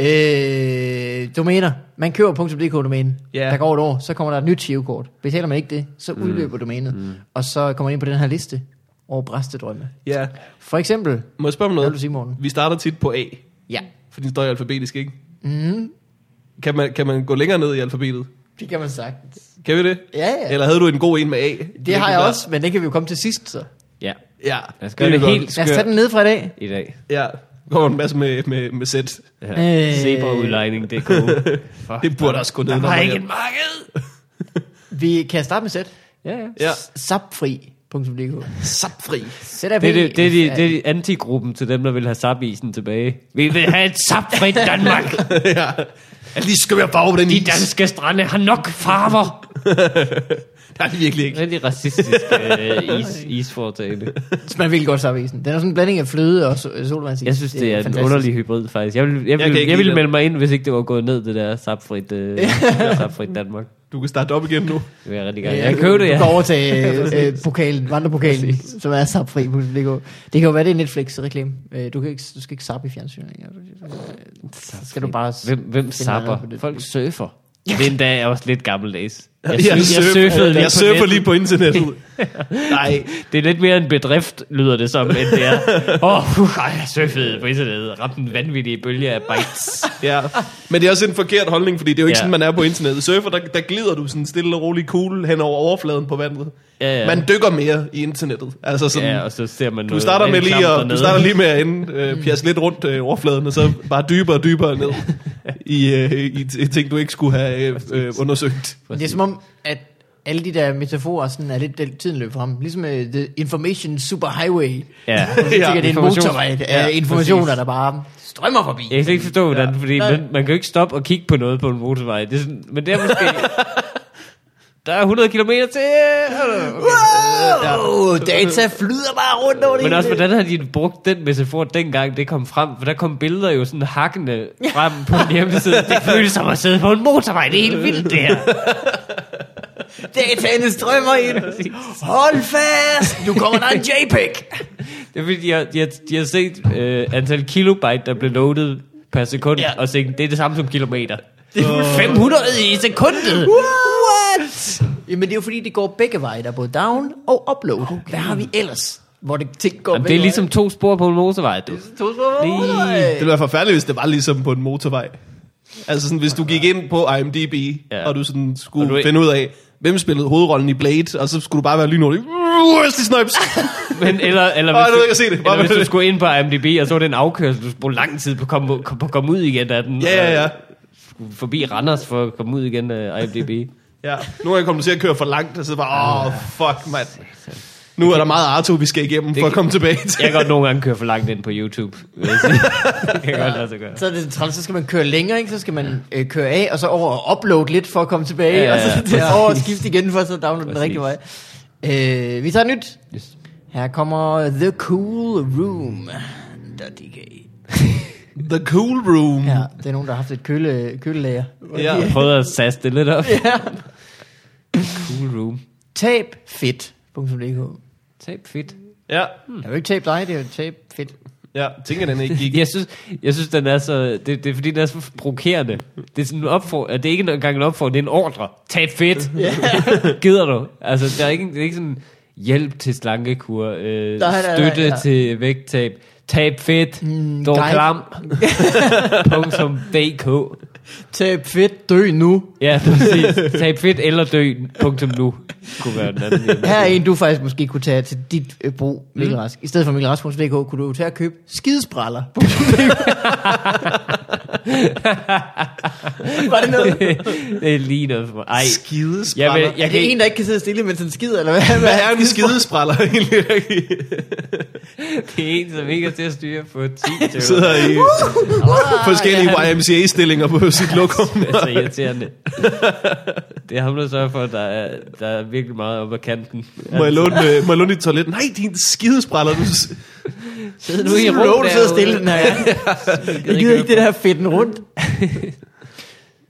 Øh, domæner. Man køber .dk domæne. Ja. Yeah. Der går et år, så kommer der et nyt kort. Betaler man ikke det, så udløber domænet. Mm. Og så kommer man ind på den her liste over bræstedrømme. ja. For eksempel, Må jeg spørge om hvad vil du noget? sige, Morten? Vi starter tit på A, Ja, for den står i alfabetisk, ikke? Mm. Kan, man, kan man gå længere ned i alfabetet? det kan man sagtens. Kan vi det? Ja, ja. Eller havde du en god en med A? Det har jeg også, men det kan vi jo komme til sidst, så. Ja, Ja. lad os gøre det, er godt. helt Lad os tage skørt den ned fra i dag. i dag. Ja. Der kommer en masse med, med, med sæt. Ja. Øh. Zebraudlejning, det er cool. Fuck. Det burde også gå ned. Der når var man- ikke et marked! Vi kan starte med sæt. Ja, ja. Ja. Sapfri.dk Sapfri. Sæt Det er, det, det, er de, det er de antigruppen til dem, der vil have sapisen tilbage. Vi vil have et sapfrit Danmark. ja. Jeg lige skal være farve på den De is. danske strande har nok farver. Der er det virkelig ikke. Rigtig racistisk øh, is, isforetagende. Smager virkelig godt sapisen. Den er sådan en blanding af fløde og so- solvandsis. Jeg synes, det er, en fantastisk. underlig hybrid, faktisk. Jeg ville, jeg kan ville, jeg ikke ville lide melde mig ind, hvis ikke det var gået ned, det der sapfrit, øh, sapfrit Danmark. Du kan starte op igen nu. Det vil jeg rigtig gerne. Jeg købte det, Du ja. kan overtage øh, øh, pokalen, vandrepokalen, som er sapfri.dk. Det kan jo være, det er en Netflix-reklame. Øh, Du, kan ikke, du skal ikke sappe i fjernsynet. ikke? Så skal du bare... Hvem, hvem finde mig på sapper? det. Folk surfer. Det er endda jeg er også lidt gammeldags. Jeg, Jeg, surf, jeg, surf- surfede lidt jeg surfer nettet. lige på internettet. Nej. Det er lidt mere en bedrift, lyder det som, end det er. Åh, oh, puh, ej, jeg surfede på internettet. Ramte en vanvittig bølge af bites. Ja. Men det er også en forkert holdning, fordi det er jo ikke Ja. ja. sådan, man er på internettet. Surfer, der, der glider du sådan stille og roligt cool hen over overfladen på vandet. Ja, ja. Man dykker mere i internettet. Altså sådan, Ja, og så ser man Du noget starter med rigtig lige klamt at, du dernede. starter lige med at ende, øh, pjasse lidt rundt øh, overfladen, og så bare dybere og dybere ned i, øh, i, i ting, du ikke skulle have øh, øh, undersøgt. Det er som om, at alle de der metaforer sådan er lidt den tiden løb for ham. Ligesom øh, The Information Superhighway. Ja. Jeg tænker, det er en informations- motorvej Ja, af informationer, præcis. der bare strømmer forbi. Jeg kan slet ikke forstå, hvordan, ja. fordi Nej. man, man kan jo ikke stoppe og kigge på noget på en motorvej. Det er sådan, men det er måske... der er 100 km til... Wow, data flyder bare rundt over det Men også, hele. hvordan har de brugt den metafor dengang det kom frem? For der kom billeder jo sådan hakkende frem på en hjemmeside. Det føles som at sidde på en motorvej. Det er helt vildt, det her. Dataene strømmer ind. Hold fast! Nu kommer der en JPEG. Det er fordi, de har, de har, de har set øh, antal kilobyte, der blev loadet per sekund, ja. Ja. og tænkt, det er det samme som kilometer. Det er 500 i sekundet. What? Jamen det er jo fordi, det går begge veje. Der er både down og upload. Okay. Hvad har vi ellers? Hvor det ting går Jamen, det begge er ligesom to spor på en motorvej, du. veje? To små Øh. Det ville være forfærdeligt, hvis det var ligesom på en motorvej. Altså sådan, hvis du gik ind på IMDb, Ja. ja. og du sådan skulle Og du- du... finde ud af, hvem spillede hovedrollen i Blade, og så skulle du bare være lynhurtig. Wesley Snipes! Men, eller, eller, Åh, hvis, jeg du, nåede ikke at se det. Bare eller hvis vent du lidt. skulle ind på IMDb, og så var det en afkørsel, du skulle bruge lang tid på at komme, på at komme ud igen af den. ja, ja, ja. og skulle Forbi Randers for at komme ud igen af IMDb. ja. Nogle gange kommer du til at køre for langt, og så bare, åh, oh, fuck, mand. Nu er der meget Arto, vi skal igennem for at komme tilbage til. Jeg kan godt nogle gange køre for langt ind på YouTube. vil jeg sige. Det kan jeg godt lade sig gøre. Så er det træls, så skal man køre længere, ikke? så skal man øh, køre af, og så over og upload lidt for at komme tilbage, Ja, ja, ja, ja, ja. og så Præcis. ja. over og skifte igen, for så at downloade den Præcis. rigtige vej. Øh, vi tager et nyt. Yes. Her kommer The Cool Room. .dk. The Cool Room. Ja, det er nogen, der har haft et køle, kølelager. Ja. Jeg prøvede at sasse det lidt op. ja. Cool room. Tabfit.dk Hmm. Tab fedt. Ja, Det er jo ikke tab dig, det er jo tab fedt. ja. Tænker den ikke gik. Jeg synes, jeg synes den er så... Det, det er fordi, den er så provokerende. Det er sådan en opfor... Det er ikke engang en opfor, det er en ordre. Tag fedt. Gider du? Altså, der er ikke, det er ikke sådan hjælp til slankekur, øh, Nej, nej, nej, støtte nej. til vægttab, tab fedt, mm, dog guide. klam, punktum dk. Tag fedt, dø nu. Ja, præcis. Tag fedt eller dø, punktum nu, kunne være den anden. hjemmeside. Her er en, du faktisk måske kunne tage til dit øh, brug, Hmm. Mikkel Rask. I stedet for mikkelrask.dk kunne du jo tage og købe skidespraller. Var det noget? det ligner for mig. Ej, Skidespræller. jeg, Jeg vil, vil, jeg Er kan det ikke, en, der ikke kan sidde stille, mens han skider, eller hvad? hvad er en skidespræller egentlig? det er en, som ikke er til at styre på 10 Jeg tøver. sidder i forskellige YMCA-stillinger på sit lokum. Det er så Altså, irriterende. Det er ham, der sørger for, at der er, der er virkelig meget op ad kanten. Må jeg låne, øh, må jeg låne dit toilet? Nej, din skidespræller. Du s- Sidder Nu er I ro, du sidder stille den her. ja. Jeg gider ikke det der fedten rundt.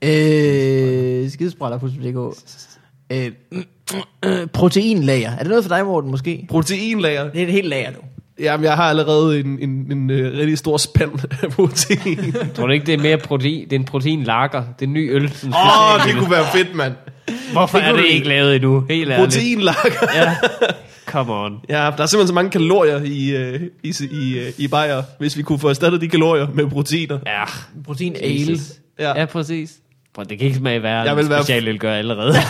øh, skidespraller.dk øh, øh, Proteinlager. Er det noget for dig, Morten, måske? Proteinlager. Det er et helt lager, du. Jamen, jeg har allerede en, en, en øh, rigtig stor spand af protein. Tror du ikke, det er mere protein? Det er en proteinlager. Det er en ny øl. Sådan Åh, oh, det kunne være fedt, mand. Hvorfor er kunne det du- ikke lavet endnu? Helt ærligt. Proteinlakker. Ja. Come on. Ja, der er simpelthen så mange kalorier i, øh, i, i, øh, i bajer, hvis vi kunne få erstattet de kalorier med proteiner. Ja. Protein ale. Jesus. Ja. Ja, præcis. Bro, det kan ikke smage værre, Jeg jeg vil vil være- specialøl gør allerede.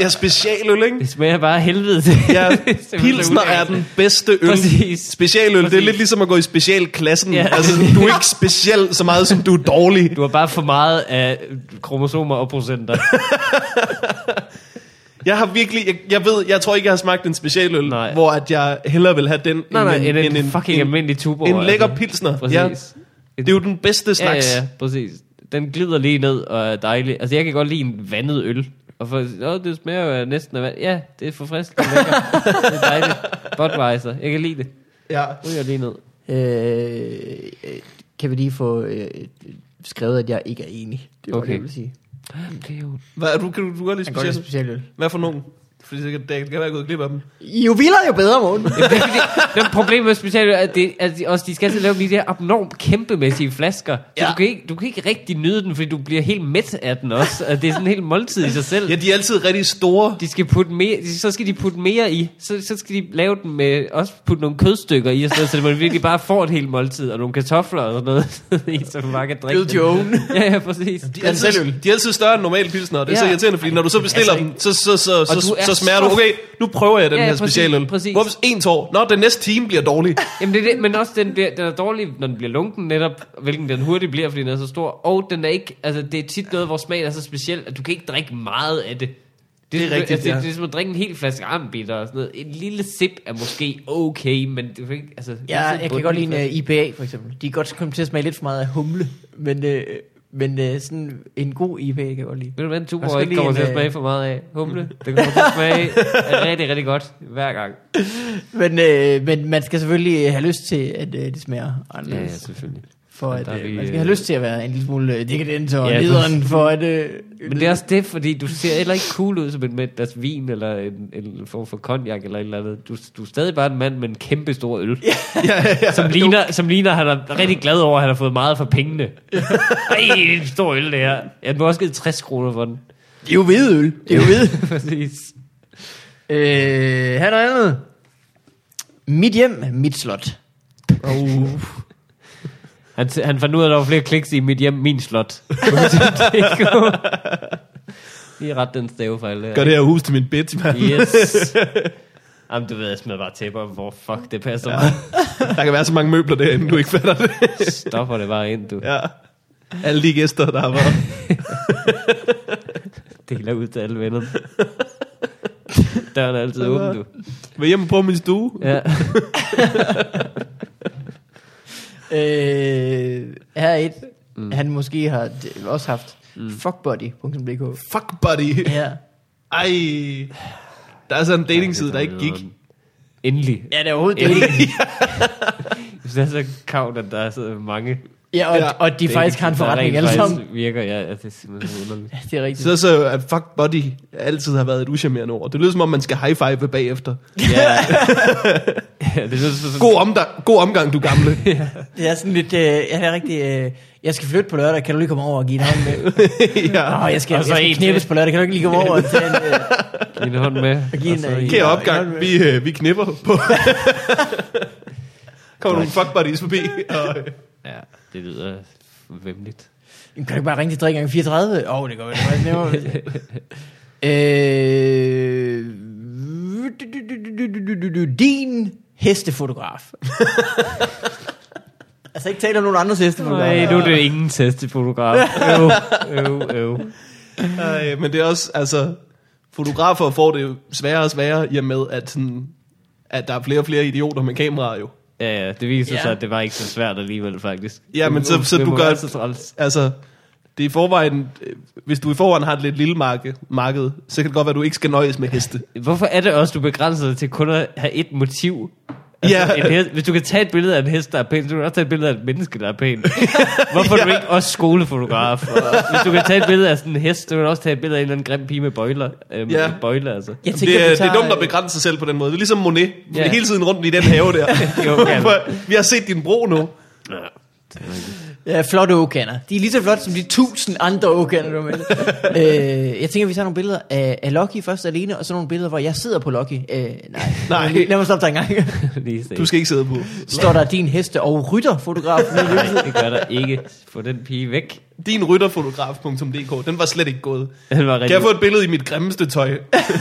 Ja, specialøl, ikke? Det smager bare af helvede. til. Ja, Det simpelthen pilsner er ulækkert. den bedste øl. Præcis. Specialøl, det er Præcis. lidt ligesom at gå i specialklassen. Ja. Ja. Altså, du er ikke speciel så meget, som du er dårlig. Du har bare for meget af kromosomer og procenter. Jeg har virkelig, jeg, jeg ved, jeg tror ikke, jeg har smagt en specialøl, Nej. hvor at jeg hellere vil have den, Nej, nej, en, en, en en, fucking en, almindelig tubo. en lækker pilsner. Ja, Præcis. Ja. det er jo den bedste ja, slags. ja, ja, præcis. Den glider lige ned og er dejlig. Altså, jeg kan godt lide en vandet øl. Og for, åh, det smager jo af næsten af vand. Ja, det er forfriskende lækkert. det er dejligt. Budweiser. Jeg kan lide det. ja. Ryger lige ned. Øh, øh, kan vi lige få øh, skrevet, at jeg ikke er enig? Det var okay. Okay. det, jeg ville sige. Det er jo... Hvad er du, kan du, du er lidt Jeg kan godt lide speciel? specielt øl. Hvad for nogen? Fordi det kan, det kan være, jeg er gået glip af dem. I jo vildere, jo bedre, Morten. Jamen, problemet med specielt er, at, det, at de, også, de skal altid lave de der abnormt kæmpemæssige flasker. Så Ja. ja. du, kan ikke, du kan ikke rigtig nyde den, fordi du bliver helt mæt af den også. Og det er sådan en helt måltid i sig selv. Ja, de er altid rigtig store. De skal putte mere, de- så skal de putte mere i. Så, så skal de lave den med, også putte nogle kødstykker i, og sådan noget, så man virkelig bare får et helt måltid, og nogle kartofler og sådan noget, i, så man bare kan drikke Good Joan. den. Ja, ja, præcis. De er, altid, de er altid større end normal pilsner, og det er Ja. Altså, så irriterende, fordi når du så bestiller dem, så, så, så, så, Og du så, er så smager du, så- okay, nu prøver jeg den Ja, her ja, præcis, specialøl. præcis. Ups, en tår. Nå, den næste time bliver dårlig. Jamen, det er det, men også den, der, den er dårlig, når den bliver lunken netop, hvilken den hurtigt bliver, fordi den er så stor. Og den er ikke, altså, det er tit noget, hvor smagen er så speciel, at du kan ikke drikke meget af det. Det er, Det er rigtigt, altså, ja. det, det er som at drikke en hel flaske armbitter og sådan noget. En lille sip er måske okay, men det er ikke, altså... Ja, jeg kan godt lide en uh, IPA, for eksempel. De er godt kommet til at smage lidt for meget af humle, men, uh, men uh, sådan en god IPA, kan jeg godt lide. Ved du hvad, en Og så tuborg ikke lige kommer en, til at øh, smage for meget af? Humle. Det kommer til at smage af rigtig, rigtig godt hver gang. Men, uh, men man skal selvfølgelig have lyst til, at uh, det smager anderledes. Ja, selvfølgelig. for at, der er uh, vi, man skal øh, have lyst til at være en lille smule øh, dekadent og Ja, lederen, for at... Uh, Men det er også det, fordi du ser heller ikke cool ud som en med et glas vin, eller en, en form for konjak, eller et eller andet. Du, du er stadig bare en mand med en kæmpe stor øl, ja, ja, ja. som, ligner, som ligner, at han er rigtig glad over, at han har fået meget for pengene. Ej, det er en stor øl, det her. Jeg må også give 60 kroner for den. det er jo hvidøl. Det er jo hvid. Præcis. øh, her er noget andet. Mit hjem, mit slot. Uh. Han, t- han fandt ud af, at der var flere kliks i mit hjem, min slot. Lige ret den stavefejl der. Gør det her hus til min bitch, mand. Yes. Jamen, du ved, jeg smider bare tæpper, hvor fuck det passer ja. mig. Der kan være så mange møbler derinde, du ikke fatter det. Stopper det bare ind, du. Ja. Ja. Alle de gæster, der har været. Deler ud til alle vennerne. Døren er altid åben, du. Vil hjemme på min stue? Ja. Øh, her er et, mm. han måske har d- også haft. Mm. Fuckbody.dk Fuck, buddy. Ja. Ej. Der er sådan en datingside, der ikke gik. Endelig. Ja, det er overhovedet det. Endelig. Ikke. Hvis det er så kavt, at der er så mange... Ja, og, Ja. ja, og de faktisk har en forretning alle sammen. Det virker, ja, ja, det er simpelthen underligt. Ja, det er rigtigt. Så så, at fuck buddy altid har været et uschammerende ord. Det lyder som om, man skal high five bagefter. Ja. ja det lyder så, God, omda- god omgang, du gamle. Det er sådan lidt, øh, ja, det er rigtigt. Øh, jeg skal flytte på lørdag, kan du lige komme over og give en øh? hånd med? ja. Åh, jeg skal, Og så en jeg skal til. knæppes på lørdag, kan du ikke lige komme over og tage en... Øh, Giv en hånd med. giv en, så øh, i- Kære Ja, opgang, ja. vi, øh, vi knipper på. Kommer nogle fuck buddies forbi. Og, øh, Ja, det lyder vemmeligt. Jamen, Kan du ikke bare ringe til 3 gange 34? Åh, oh, det går vel. Det var nemmere. øh, din hestefotograf. altså ikke tale om nogen andres hestefotograf. Nej, nu er det ingen testefotograf. øv, øv, øv. Øh, men det er også, altså, fotografer får det jo sværere og sværere, i og med, at, sådan, at der er flere og flere idioter med kameraer jo. Ja, ja, det viser Ja. ja. sig, at det var ikke så svært alligevel, faktisk. Ja, men så- Det- så det du må gør- være så træls. Altså, det er i forvejen, øh, hvis du i forvejen har et lidt lille marked, marked, så kan det godt være, at du ikke skal nøjes med heste. Hvorfor er det også, du begrænser dig til kun at have et motiv? Altså, Ja. en hest, hvis du kan tage et billede af en hest, der er pæn, så kan du også tage et billede af et menneske, der er pæn. Hvorfor er du Ja. ikke også skolefotograf? Og hvis du kan tage et billede af sådan en hest, så kan du også tage et billede af en eller anden grim pige med bøjler. Øh, med Ja. bøjler altså. Jeg Tænker, det, vi øh, er, det er dumt at begrænse sig selv på den måde. Det er ligesom Monet. Ja. Ja. er hele tiden rundt i den have der. Jo, ja. For Vi har set din bro nu. Ja, flotte åkander. De er lige så flotte som de tusind andre åkander, du mener. øh, jeg tænker, vi tager nogle billeder af, af Lucky først alene, og så nogle billeder, hvor jeg sidder på Lucky. Øh, nej, Nej. Lad mig stoppe dig en gang. Lige se. Du skal ikke sidde på. Står der din heste og rytterfotograf? Nej, det gør der ikke. Få den pige væk. Din rytterfotograf.dk, den var slet ikke gået. Den var rigtig, Kan jeg få et billede i mit grimmeste tøj? den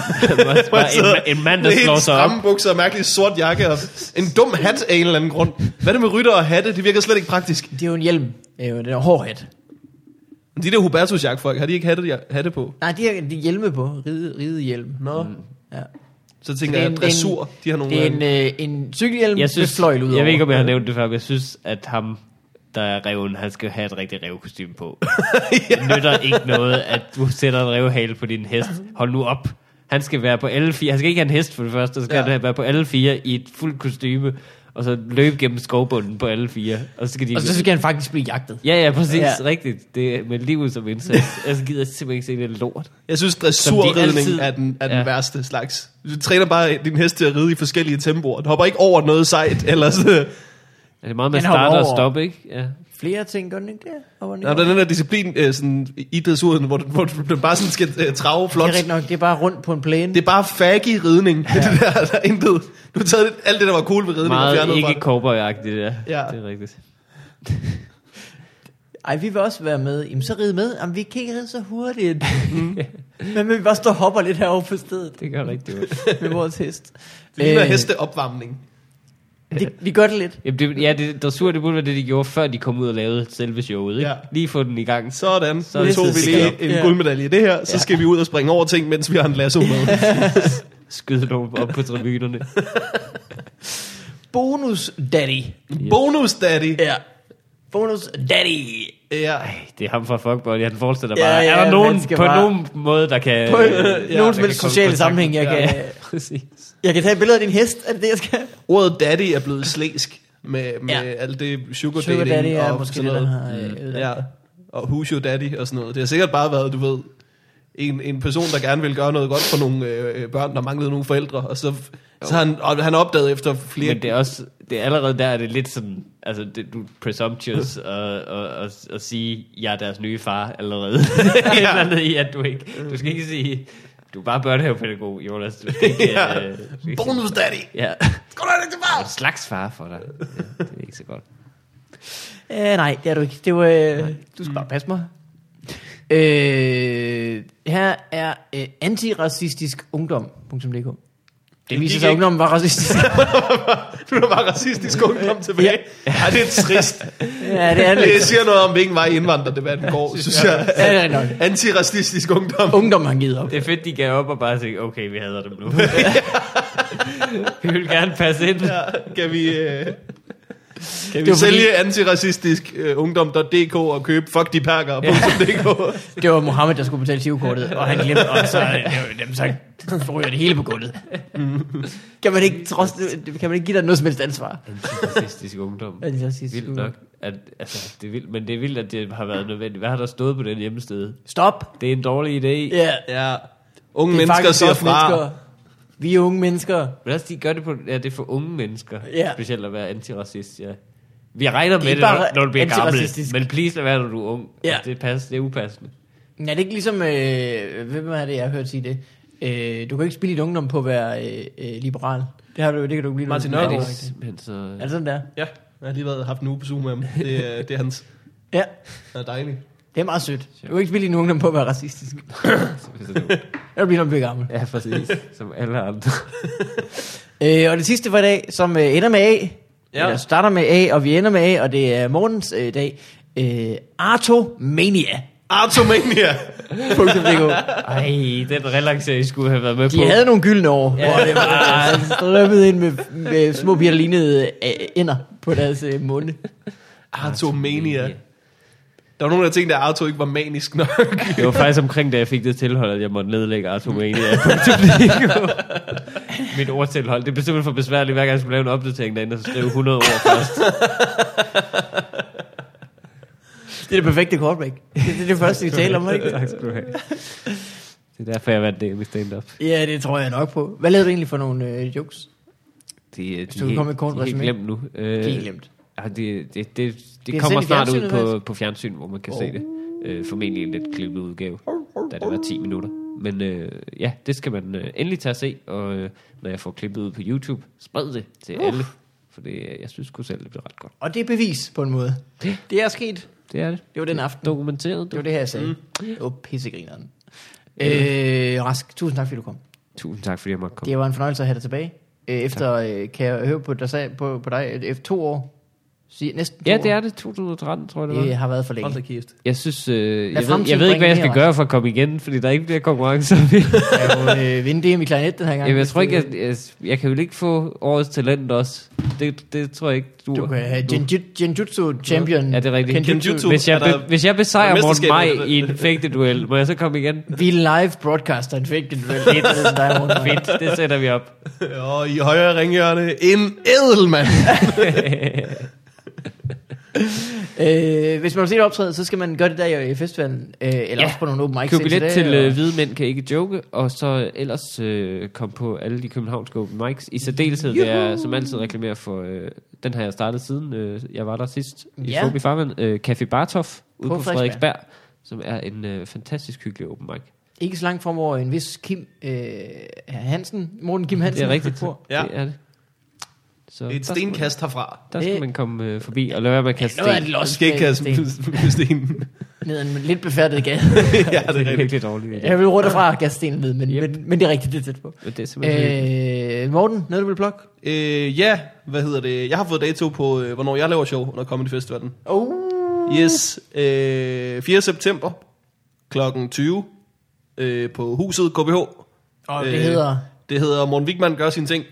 var, Hvor jeg sidder var en, en mand, der med helt slår sig op. stramme bukser og mærkelig sort jakke og en dum hat af en eller anden grund. Hvad er det med rytter og hatte? Det virker slet ikke praktisk. det er jo en hjelm. Det er jo den er hård hat. De der Hubertus folk, har de ikke hatte, hatte på? Nej, de har de er hjelme på. Ride, ride hjelm. Nå. Ja. Så tænker jeg, dressur, de har nogle... Det er øh, en, øh, en cykelhjelm Jeg synes, med fløjl ud jeg ved ikke, om jeg har over. nævnt det før, men jeg synes, at ham, der er reven, han skal have et rigtigt revkostyme på. Det nytter ikke noget, at du sætter en revhale på din hest. Hold nu op. Han skal være på alle fire. Han skal ikke have en hest for det første. Så skal Ja. ja. han være på alle fire i et fuldt kostyme. Og så løbe gennem skovbunden på alle fire. Og så skal de... Og så skal han faktisk blive jagtet. Ja, ja, præcis. Ja. Ja. Rigtigt. Det er med livet som indsats. Jeg gider simpelthen ikke se det lort. Jeg synes, Som de altid- dressurridning er den, er den Ja. ja. værste slags. Du træner bare din hest til at ride i forskellige tempoer. Den hopper ikke over noget sejt, ellers... øh, Er det meget med Han hopper starte og over. stoppe, ikke? Ja. Flere ting, gør den ikke det? Og hvordan Nå, går der det? er den der disciplin øh, sådan, i dressuren, hvor, den- hvor den bare sådan skal øh, trave Det flot. er rigtigt nok, det er bare rundt på en plæne. Det er bare faggy ridning. Ja. Det der, der er intet. Du har taget alt det, der var cool ved ridning og Meget fjernet fra ikke det. cowboy ja. Det Ja. er rigtigt. Ej, vi vil også være med. Jamen, så ride med. Jamen, vi kan ikke ride så hurtigt. Men vi vil bare stå og hopper lidt herovre på stedet Det gør rigtig ondt. med vores hest. Det ligner Øh, hesteopvarmning. det- Vi gør det lidt. Jamen det, ja, det, dressur, det burde være det, de gjorde, før de kom ud og lavede selve showet. Ikke? Ja. Ja. Lige få den i gang. Sådan, Så så det tog vi sidste lige galop. en Ja. guldmedalje i det her, så skal vi ud og springe over ting, mens vi har en lasso med. Skyde nogen op på tribunerne. Bonus daddy. Bonus daddy. Ja. Bonus daddy. Ja. Det er ham fra Fuckboy, han fortsætter Ja, bare. Ja, ja, er der nogen man skal på bare- nogen måde, der kan... På øh, ja, nogen der kan som helst komme i sociale kontakt sammenhæng, med- jeg Ja, kan, Præcis. jeg kan tage et billede af din hest. Er det det, jeg skal? Ordet daddy er blevet slæsk med, med Ja. ja. alt det sugar, Sugar daddy dating er og måske sådan det, der noget. Mm. har øh, ødelagt. Ja, og Who's Your Daddy og sådan noget. Det har sikkert bare været, du ved, en, en person, der gerne ville gøre noget godt for nogle øh, øh, børn, der manglede nogle forældre, og så, så har han, og han opdagede efter flere... Men det er også... Det er allerede der, er det lidt sådan... Altså, det, du er presumptuous og, og, og, og sige, jeg er deres nye far allerede. ja. Et eller andet i, at du ikke... Du skal ikke sige... Du er bare børnehavepædagog, Jonas. Du skal ikke, Ja. øh, du skal ikke sige- Bonus Daddy! Ja. Kom da lidt tilbage! En slags far for dig. Ja, det er ikke så godt. Øh, nej, det er du ikke. Det var, øh, du skal bare passe mig. Øh, her er øh, antiracistisk ungdom.dk. Det viser gik sig, at ikke. ungdommen var racistisk. Du er bare racistisk ungdom tilbage. Ej, det er trist. ja, det er det. Det siger noget om, hvilken vej indvandrerdebatten går, synes jeg. Ja, det er nok. Antiracistisk ungdom. Ungdommen har givet op. Det er fedt, de gav op og bare tænkte, okay, vi hader dem nu. vi vil gerne passe ind. Ja. Ja, kan vi, øh, kan Det var vi sælge fordi... antiracistisk øh, ungdom.dk og købe fuck de perker.dk? Det var Mohammed, der skulle betale sivkortet, og han glemte, og så, øh, dem, så ryger det hele på gulvet. kan, man ikke, trods, kan man ikke give dig noget som helst ansvar? Antifascistisk ungdom. Antiracistisk vildt ungdom. nok. At, altså, det er vildt, men det er vildt, at det har været nødvendigt. Hvad har der stået på den hjemmeside? Stop! Det er en dårlig idé. Ja, yeah. ja. Unge det er mennesker faktisk siger også fra. mennesker. Vi er unge mennesker. Men også, de gør det på, ja, det er for unge mennesker, Ja. specielt at være antiracist, ja. Vi regner med ikke det, bare når, når du bliver gammel, antiracistisk. men please lad være, når du er ung. Ja. Altså, Det, er pas, det er upassende. Men Er det ikke ligesom, øh, hvem er det, jeg har hørt sige det? Øh, du kan ikke spille dit ungdom på at være øh, øh, liberal. Det, har du, det kan du ikke blive. Martin når du Er bliver Nørgaard. det simpelthen gammel. så... Er det sådan der? Ja, jeg har lige været haft en uge på Zoom med ham. Det, er- det er hans. Ja, Det er dejligt. det er meget sødt. Du er ikke spille din ungdom på at være racistisk. Eller bliver du bliver gammel. ja, præcis. Som alle andre. Øh, og det sidste for i dag, som øh, ender med A, Ja. ja. eller starter med A, og vi ender med A, og det er morgens øh, dag, øh, Artomania. Artomania. Ej, den relaxering skulle have været med på. De havde nogle gyldne år, Ja. ja. hvor det var strømmet ind med, med små piger, der lignede øh, ender på deres øh, munde. Artomania. Der var nogen, der tænkte, at Arto ikke var manisk nok. Det var faktisk omkring, da jeg fik det tilhold, at jeg måtte nedlægge Artomania.dk. Mit ordtilhold. Det blev simpelthen for besværligt, hver gang jeg skulle lave en opdatering derinde, og så skrive 100 ord først. Det er det perfekte kortbæk. Det er det, det første, vi taler om, ikke? tak skal du have. Det er derfor, jeg vandt det i stand-up. Ja, det tror jeg nok på. Hvad lavede du egentlig for nogle øh, jokes? De, øh, de, du kan komme med et kort de er helt resume. glemt nu. Øh, De er glemt. Ja, det, det, det, Bliver det kommer sendt i snart ud fjernsynet, på, faktisk? på fjernsyn, hvor man kan oh. se det. Øh, formentlig en lidt klippet udgave, da det var 10 minutter. Men øh, ja, det skal man øh, endelig tage at se, og øh, når jeg får klippet ud på YouTube, spred det til uh. alle. For det, øh, jeg synes sgu selv, det bliver ret godt. Og det er bevis på en måde. Det er sket. Det er det. Det var den aften. Dokumenteret. Det Du. var det her, jeg sagde. Mm. Det var pissegrineren. Øh, Rask, tusind tak, fordi du kom. Tusind tak, fordi jeg måtte komme. Det var en fornøjelse at have dig tilbage. Øh, efter, øh, kan jeg høre på dig, sag- på, på dig, at efter to år, sig, næsten to Ja, det er år, det. 2013, tror jeg, det var. det har været for Hold da længe. kæft. Jeg synes, øh, jeg, ved, fremtiden jeg ved ikke, bringe hvad jeg mere, skal Rasmus. gøre for at komme igen, fordi der er ikke bliver konkurrencer. Jeg kan jo øh, vinde det i klarinet den her gang. Jamen, jeg hvis tror ikke, det- jeg, jeg, jeg kan jo ikke få årets talent også. Det, det tror jeg ikke, du... Du kan have Genju- Genjutsu champion. Ja, det er rigtigt. Kenjutsu. Hvis jeg, Er der- be, hvis jeg er besejrer der Morten Maj mesterskab? i en fægteduel, må jeg så komme igen? Vi live broadcaster en fægtet duel. Det er den der rundt. Fedt, det sætter vi op. Og i højre ringhjørne, en edelmand. Øh, hvis man vil se det optræde, så skal man gøre det der i festivalen. Øh, eller Ja. også på nogle open mics. Køb indtil billet da, til og- øh, Hvide Mænd kan ikke joke, og så ellers øh, kom på alle de københavnske open mics. I særdeleshed vil jeg som altid reklamere for, øh, den har jeg startet siden øh, jeg var der sidst i Ja. ja. Fobi Farman, øh, Café Bartof ude På på, på Frederiksberg. Frederiksberg, som er en øh, fantastisk hyggelig open mic. Ikke så langt fremover en vis Kim øh, Hansen, Morten Kim Hansen. Det er rigtigt, Ja. ja. det er det. Så Et der skal man- stenkast herfra. Der skal Øh. man komme øh, forbi og lade være med at kaste Noget af sten. et Du los skal ikke kaste sten. med stenen. ned ad en lidt befærdet gade. ja, det er Det er rigtigt. virkelig dårligt. Jeg vil rundt derfra og kaste stenen ned, men, Yep. men, men, det er rigtigt, det er tæt på. Men det er simpelthen... Øh, Øh, Morten, noget du vil plukke? Øh, ja, hvad hedder det? Jeg har fået dato på, øh, hvornår jeg laver show under Comedy Festivalen. Oh. Yes, øh, 4. september kl. 20 øh, på huset KBH. Og det hedder? Øh, Det hedder Morten Wigman gør sin ting.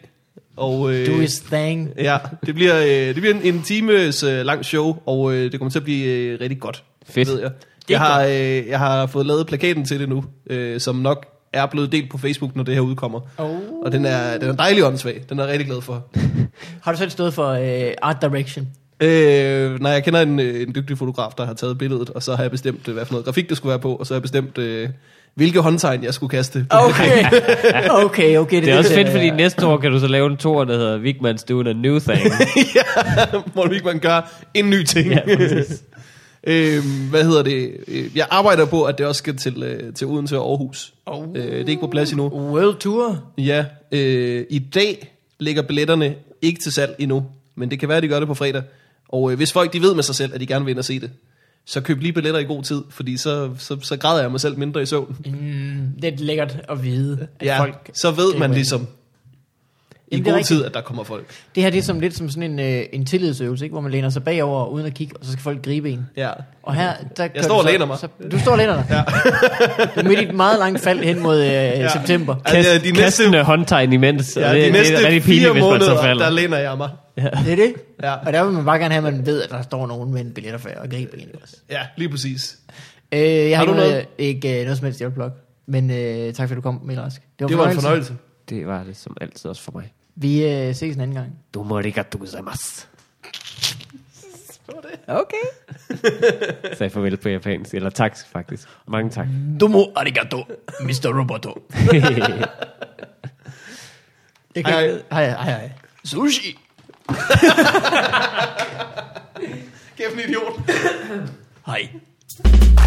Og, øh, Do his thing. Ja, det bliver, øh, det bliver en, en times øh, lang show, og øh, det kommer til at blive øh, rigtig godt. Fedt. Ved jeg. Jeg har, øh, jeg har fået lavet plakaten til det nu, øh, som nok er blevet delt på Facebook, når det her udkommer. Oh. Og den er, den er dejlig åndssvag. Den er jeg rigtig glad for. Har du selv stået for øh, Art Direction? Øh, nej, jeg kender en, øh, en dygtig fotograf, der har taget billedet, og så har jeg bestemt, øh, hvad for noget grafik, det skulle være på, og så har jeg bestemt, øh, hvilke håndtegn, jeg skulle kaste. på Okay, okay, okay. det er også fedt, øh, fordi næste år kan du så lave en tour, der hedder Vigmans doing a new thing. Morten Wigman gør en ny ting. Ja, øhm, hvad hedder det? Øh, Jeg arbejder på, at det også skal til, øh, til Odense og Aarhus. Oh. Øh, det er ikke på plads endnu. World Tour? Ja, øh, i dag ligger billetterne ikke til salg endnu, men det kan være, at de gør det på fredag. Og øh, hvis folk de ved med sig selv, at de gerne vil ind og se det, så køb lige billetter i god tid, fordi så, så, så græder jeg mig selv mindre i søvn. Mm, det er lækkert at vide, at Ja, folk... så ved skriver man ind. ligesom i Jamen, det er god rigtigt. tid, at der kommer folk. Det her det er som lidt som sådan en, øh, en tillidsøvelse, ikke? hvor man læner sig bagover uden at kigge, og så skal folk gribe en. Ja. Og her, der gør står du og så- læner mig. Så, du står og læner dig. Ja. du er midt i et meget langt fald hen mod øh, ja. september. Altså, Kast, de de næste- kastende håndtegn imens. og Ja, det, de næste det er rigtig fire pinligt, hvis man så måneder, falder. der læner jeg mig. Det er det. Ja. Og der vil man bare gerne have, at man ved, at der står nogen med en billetaffære og griber en også. Ja, lige præcis. Øh, jeg har, Har ikke du noget, noget? ikke øh, noget som helst, jeg vil blogge. Men øh, tak fordi du kom, Emil Rask. Det var en fornøjelse. Det var det som altid også for mig. Vi øh, ses en anden gang. Du må ikke at du gozaimasu. Okay. Sagde farvel på japansk. Eller tak, faktisk. Mange tak. Domo arigato, Mr. Roboto. Jeg kan Hej, ikke- hej, hej, hej. Sushi. Kæft en idiot. Hej.